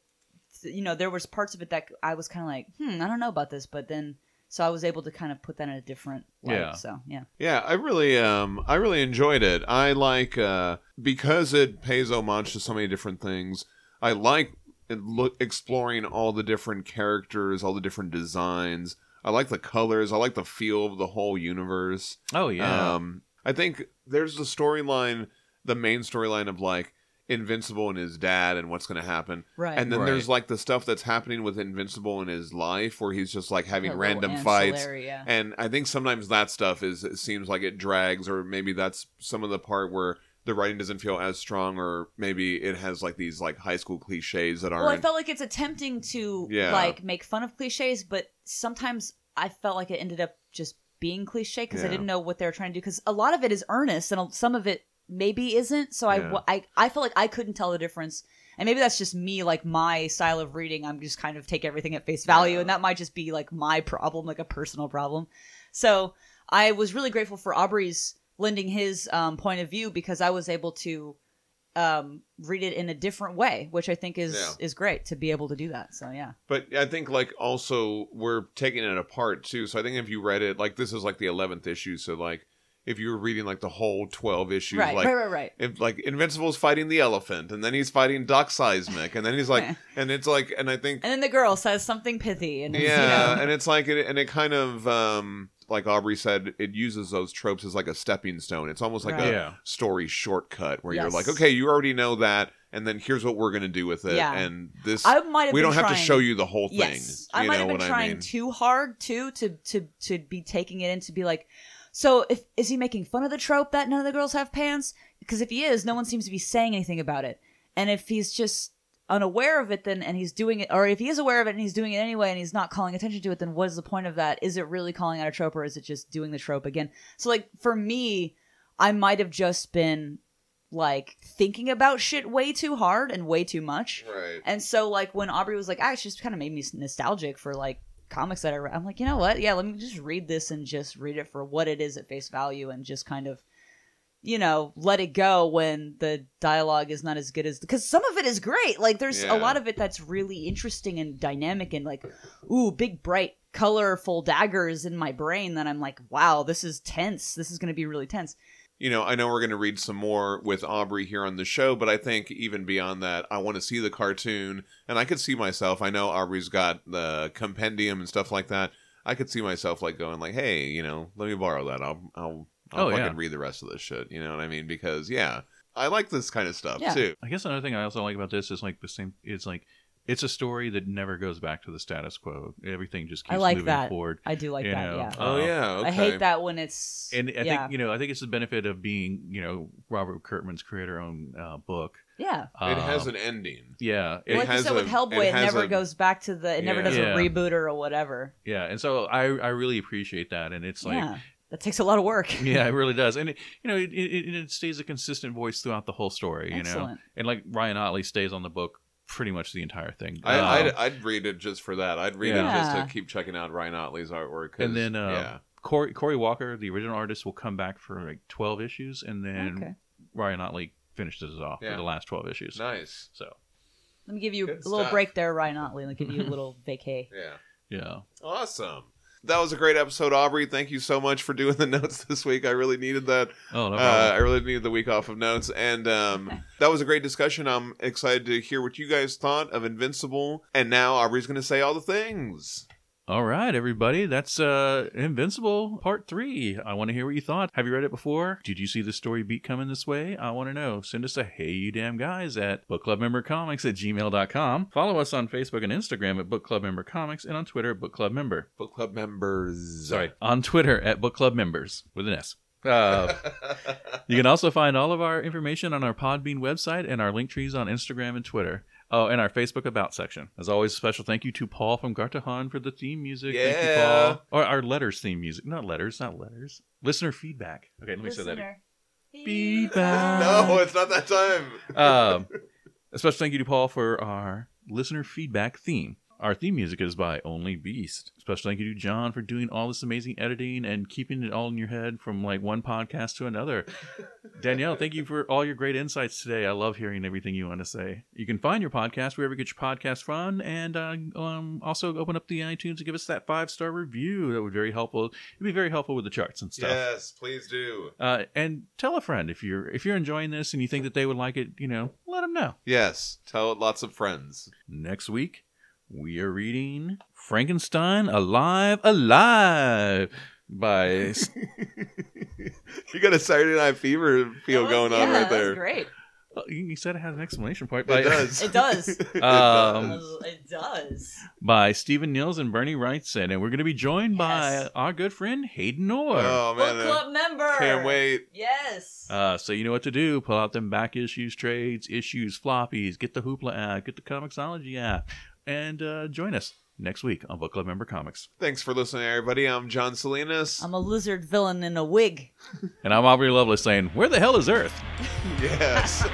C: you know, there was parts of it that I was kind of like, hmm, I don't know about this, but then so I was able to kind of put that in a different light.
B: Yeah.
C: So yeah,
A: Yeah, I really um I really enjoyed it. I like uh because it pays homage to so many different things. I like it look exploring all the different characters, all the different designs. I like the colors, I like the feel of the whole universe.
B: Oh yeah,
A: Um I think there's the storyline, the main storyline of like Invincible and his dad and what's going to happen.
C: right.
A: And then
B: Right.
A: there's like the stuff that's happening with Invincible in his life where he's just like having
C: A little
A: random fights
C: ancillary, Yeah.
A: and I think sometimes that stuff is it seems like it drags, or maybe that's some of the part where the writing doesn't feel as strong, or maybe it has like these like high school cliches that aren't.
C: Well, I felt like it's attempting to
A: Yeah.
C: like make fun of cliches, but sometimes I felt like it ended up just being cliche because I
A: Yeah.
C: didn't know what they were trying to do. Because a lot of it is earnest, and some of it maybe isn't. So I,
A: Yeah.
C: wa- I, I felt like I couldn't tell the difference. And maybe that's just me, like my style of reading. I'm just kind of take everything at face value, and that might just be like my problem, like a personal problem. So I was really grateful for Aubrey's lending his um, point of view because I was able to um, read it in a different way, which I think is
A: Yeah.
C: is great to be able to do that. So yeah,
A: but I think like also we're taking it apart too. So I think if you read it, like this is like the eleventh issue, so like if you were reading like the whole twelve issues,
C: right,
A: like.
C: right, right, right.
A: If, like Invincible's fighting the elephant, and then he's fighting Doc Seismic, and then he's like, and it's like, and I think
C: And then the girl says something pithy, and it's,
A: yeah
C: you know,
A: and it's like it, and it kind of um like aubrey said it uses those tropes as like a stepping stone it's almost like
C: Right.
A: a
B: Yeah.
A: story shortcut where you're
C: Yes.
A: like okay you already know that and then here's what we're gonna do with it
C: Yeah.
A: and this
C: I might have
A: we
C: been
A: don't have to
C: trying-
A: show you the whole thing
C: yes, I
A: you
C: might
A: know
C: have been
A: what
C: trying
A: i mean
C: too hard too to to to be taking it in to be like, so if is he making fun of the trope that none of the girls have pants? Because if he is, no one seems to be saying anything about it, and if he's just unaware of it then and he's doing it or if he is aware of it and he's doing it anyway and he's not calling attention to it then what is the point of that is it really calling out a trope or is it just doing the trope again so like for me i might have just been like thinking about shit way too hard and way too much
A: right
C: and so like when Aubrey was like, ah, it just kind of made me nostalgic for like comics that I read. I'm like, you know what? Yeah, let me just read this and just read it for what it is at face value and just kind of you know, let it go when the dialogue is not as good as because some of it is great. Like there's
A: Yeah.
C: a lot of it that's really interesting and dynamic and like ooh, big bright colorful daggers in my brain that I'm like, wow, this is tense. This is going to be really tense.
A: you know i know we're gonna read some more with aubrey here on the show but i think even beyond that i want to see the cartoon and i could see myself i know aubrey's got the compendium and stuff like that i could see myself like going like hey you know let me borrow that i'll i'll I'll
B: Oh,
A: fucking
B: yeah.
A: read the rest of this shit. You know what I mean? Because yeah, I like this kind of stuff
C: Yeah.
A: too.
B: I guess another thing I also like about this is like the same. It's like it's a story that never goes back to the status quo. Everything just keeps
C: I like
B: moving
C: that.
B: forward.
C: I do like
B: you
C: that.
B: know.
C: Yeah.
A: Oh
B: Uh,
A: yeah, okay.
C: I hate that when it's
B: And I
C: yeah.
B: think you know, I think it's the benefit of being you know Robert Kurtman's creator-owned uh, book.
C: yeah.
B: Uh,
A: It has an ending.
B: yeah,
A: It
B: it,
C: like you
A: has
C: said with
A: a-
C: Hellboy,
A: it
C: it,
A: has
C: never
A: a-
C: goes back to the. It never does
B: Yeah.
C: a reboot or a whatever.
B: yeah, and so I I really appreciate that, and it's like.
C: yeah, that takes a lot of work.
B: yeah, it really does, and it, you know, it, it, it stays a consistent voice throughout the whole story. You know,
C: Excellent.
B: and like Ryan Otley stays on the book pretty much the entire thing.
A: I,
B: Uh,
A: I'd, I'd read it just for that. I'd read
B: Yeah.
A: it just
C: Yeah.
A: to keep checking out Ryan Otley's artwork. 'cause-
B: and then uh,
A: yeah,
B: Corey, Corey Walker, the original artist, will come back for like 12 issues, and then
C: Okay.
B: Ryan Otley finishes it off
A: Yeah.
B: for the last 12 issues.
A: Nice.
B: So,
C: Let me give you a
A: Good
C: little
A: stuff.
C: break there, Ryan Otley. Let me give you a little vacay.
A: Yeah.
B: yeah.
A: Awesome. That was a great episode, Aubrey. Thank you so much for doing the notes this week. I really needed that.
B: Oh, no
A: Uh,
B: problem.
A: I really needed the week off of notes, and um, that was a great discussion. I'm excited to hear what you guys thought of Invincible, and now Aubrey's going to say all the things.
B: All right, everybody. That's uh, Invincible Part 3. I want to hear what you thought. Have you read it before? Did you see the story beat coming this way? I want to know. Send us a hey, you damn guys at bookclubmembercomics at gmail.com. Follow us on Facebook and Instagram at Book Club Member Comics and on Twitter at Book Club Member.
A: Book club members.
B: Sorry, on Twitter at Book Club Members with an S. Uh, you can also find all of our information on our Podbean website and our link trees on Instagram and Twitter. Oh, and our Facebook About section. As always, special thank you to Paul from Gartahan for the theme music. Thank you,
A: Yeah.
B: Paul. Or our letters theme music. Not letters, not letters. Listener feedback. Okay, let me say that again. Feedback.
A: No, it's not that time.
B: Um, a special thank you to Paul for our listener feedback theme. Our theme music is by Only Beast. Special thank you to John for doing all this amazing editing and keeping it all in your head from like one podcast to another. Danielle, thank you for all your great insights today. I love hearing everything you want to say. You can find your podcast wherever you get your podcast from, and uh, um, also open up the iTunes and give us that five star review. That would be very helpful. It'd be very helpful with the charts and stuff.
A: Yes, please do.
B: Uh, and tell a friend if you're if you're enjoying this and you think that they would like it. You know, let them know.
A: Yes, tell lots of friends.
B: Next week, we are reading Frankenstein Alive Alive by
A: You got a Saturday Night Fever feel
C: Oh,
A: going on right there.
C: Great.
B: Oh, you you said it has an exclamation point. By,
A: It does.
C: It does.
B: Um,
C: it does.
B: by Stephen Nils and Bernie Wrightson, and we're going to be joined
C: Yes.
B: by our good friend Hayden Orr.
A: oh
C: Book
A: man,
C: club member.
A: I can't wait.
C: Yes.
B: Uh, so you know what to do. Pull out them back issues, trades, issues, floppies. Get the Hoopla app. Get the Comixology app, and uh, join us next week on Book Club Member Comics.
A: Thanks for listening, everybody. I'm John Salinas.
C: I'm a lizard villain in a wig.
B: And I'm Aubrey Lovelace saying, "Where the hell is Earth?"
A: yes.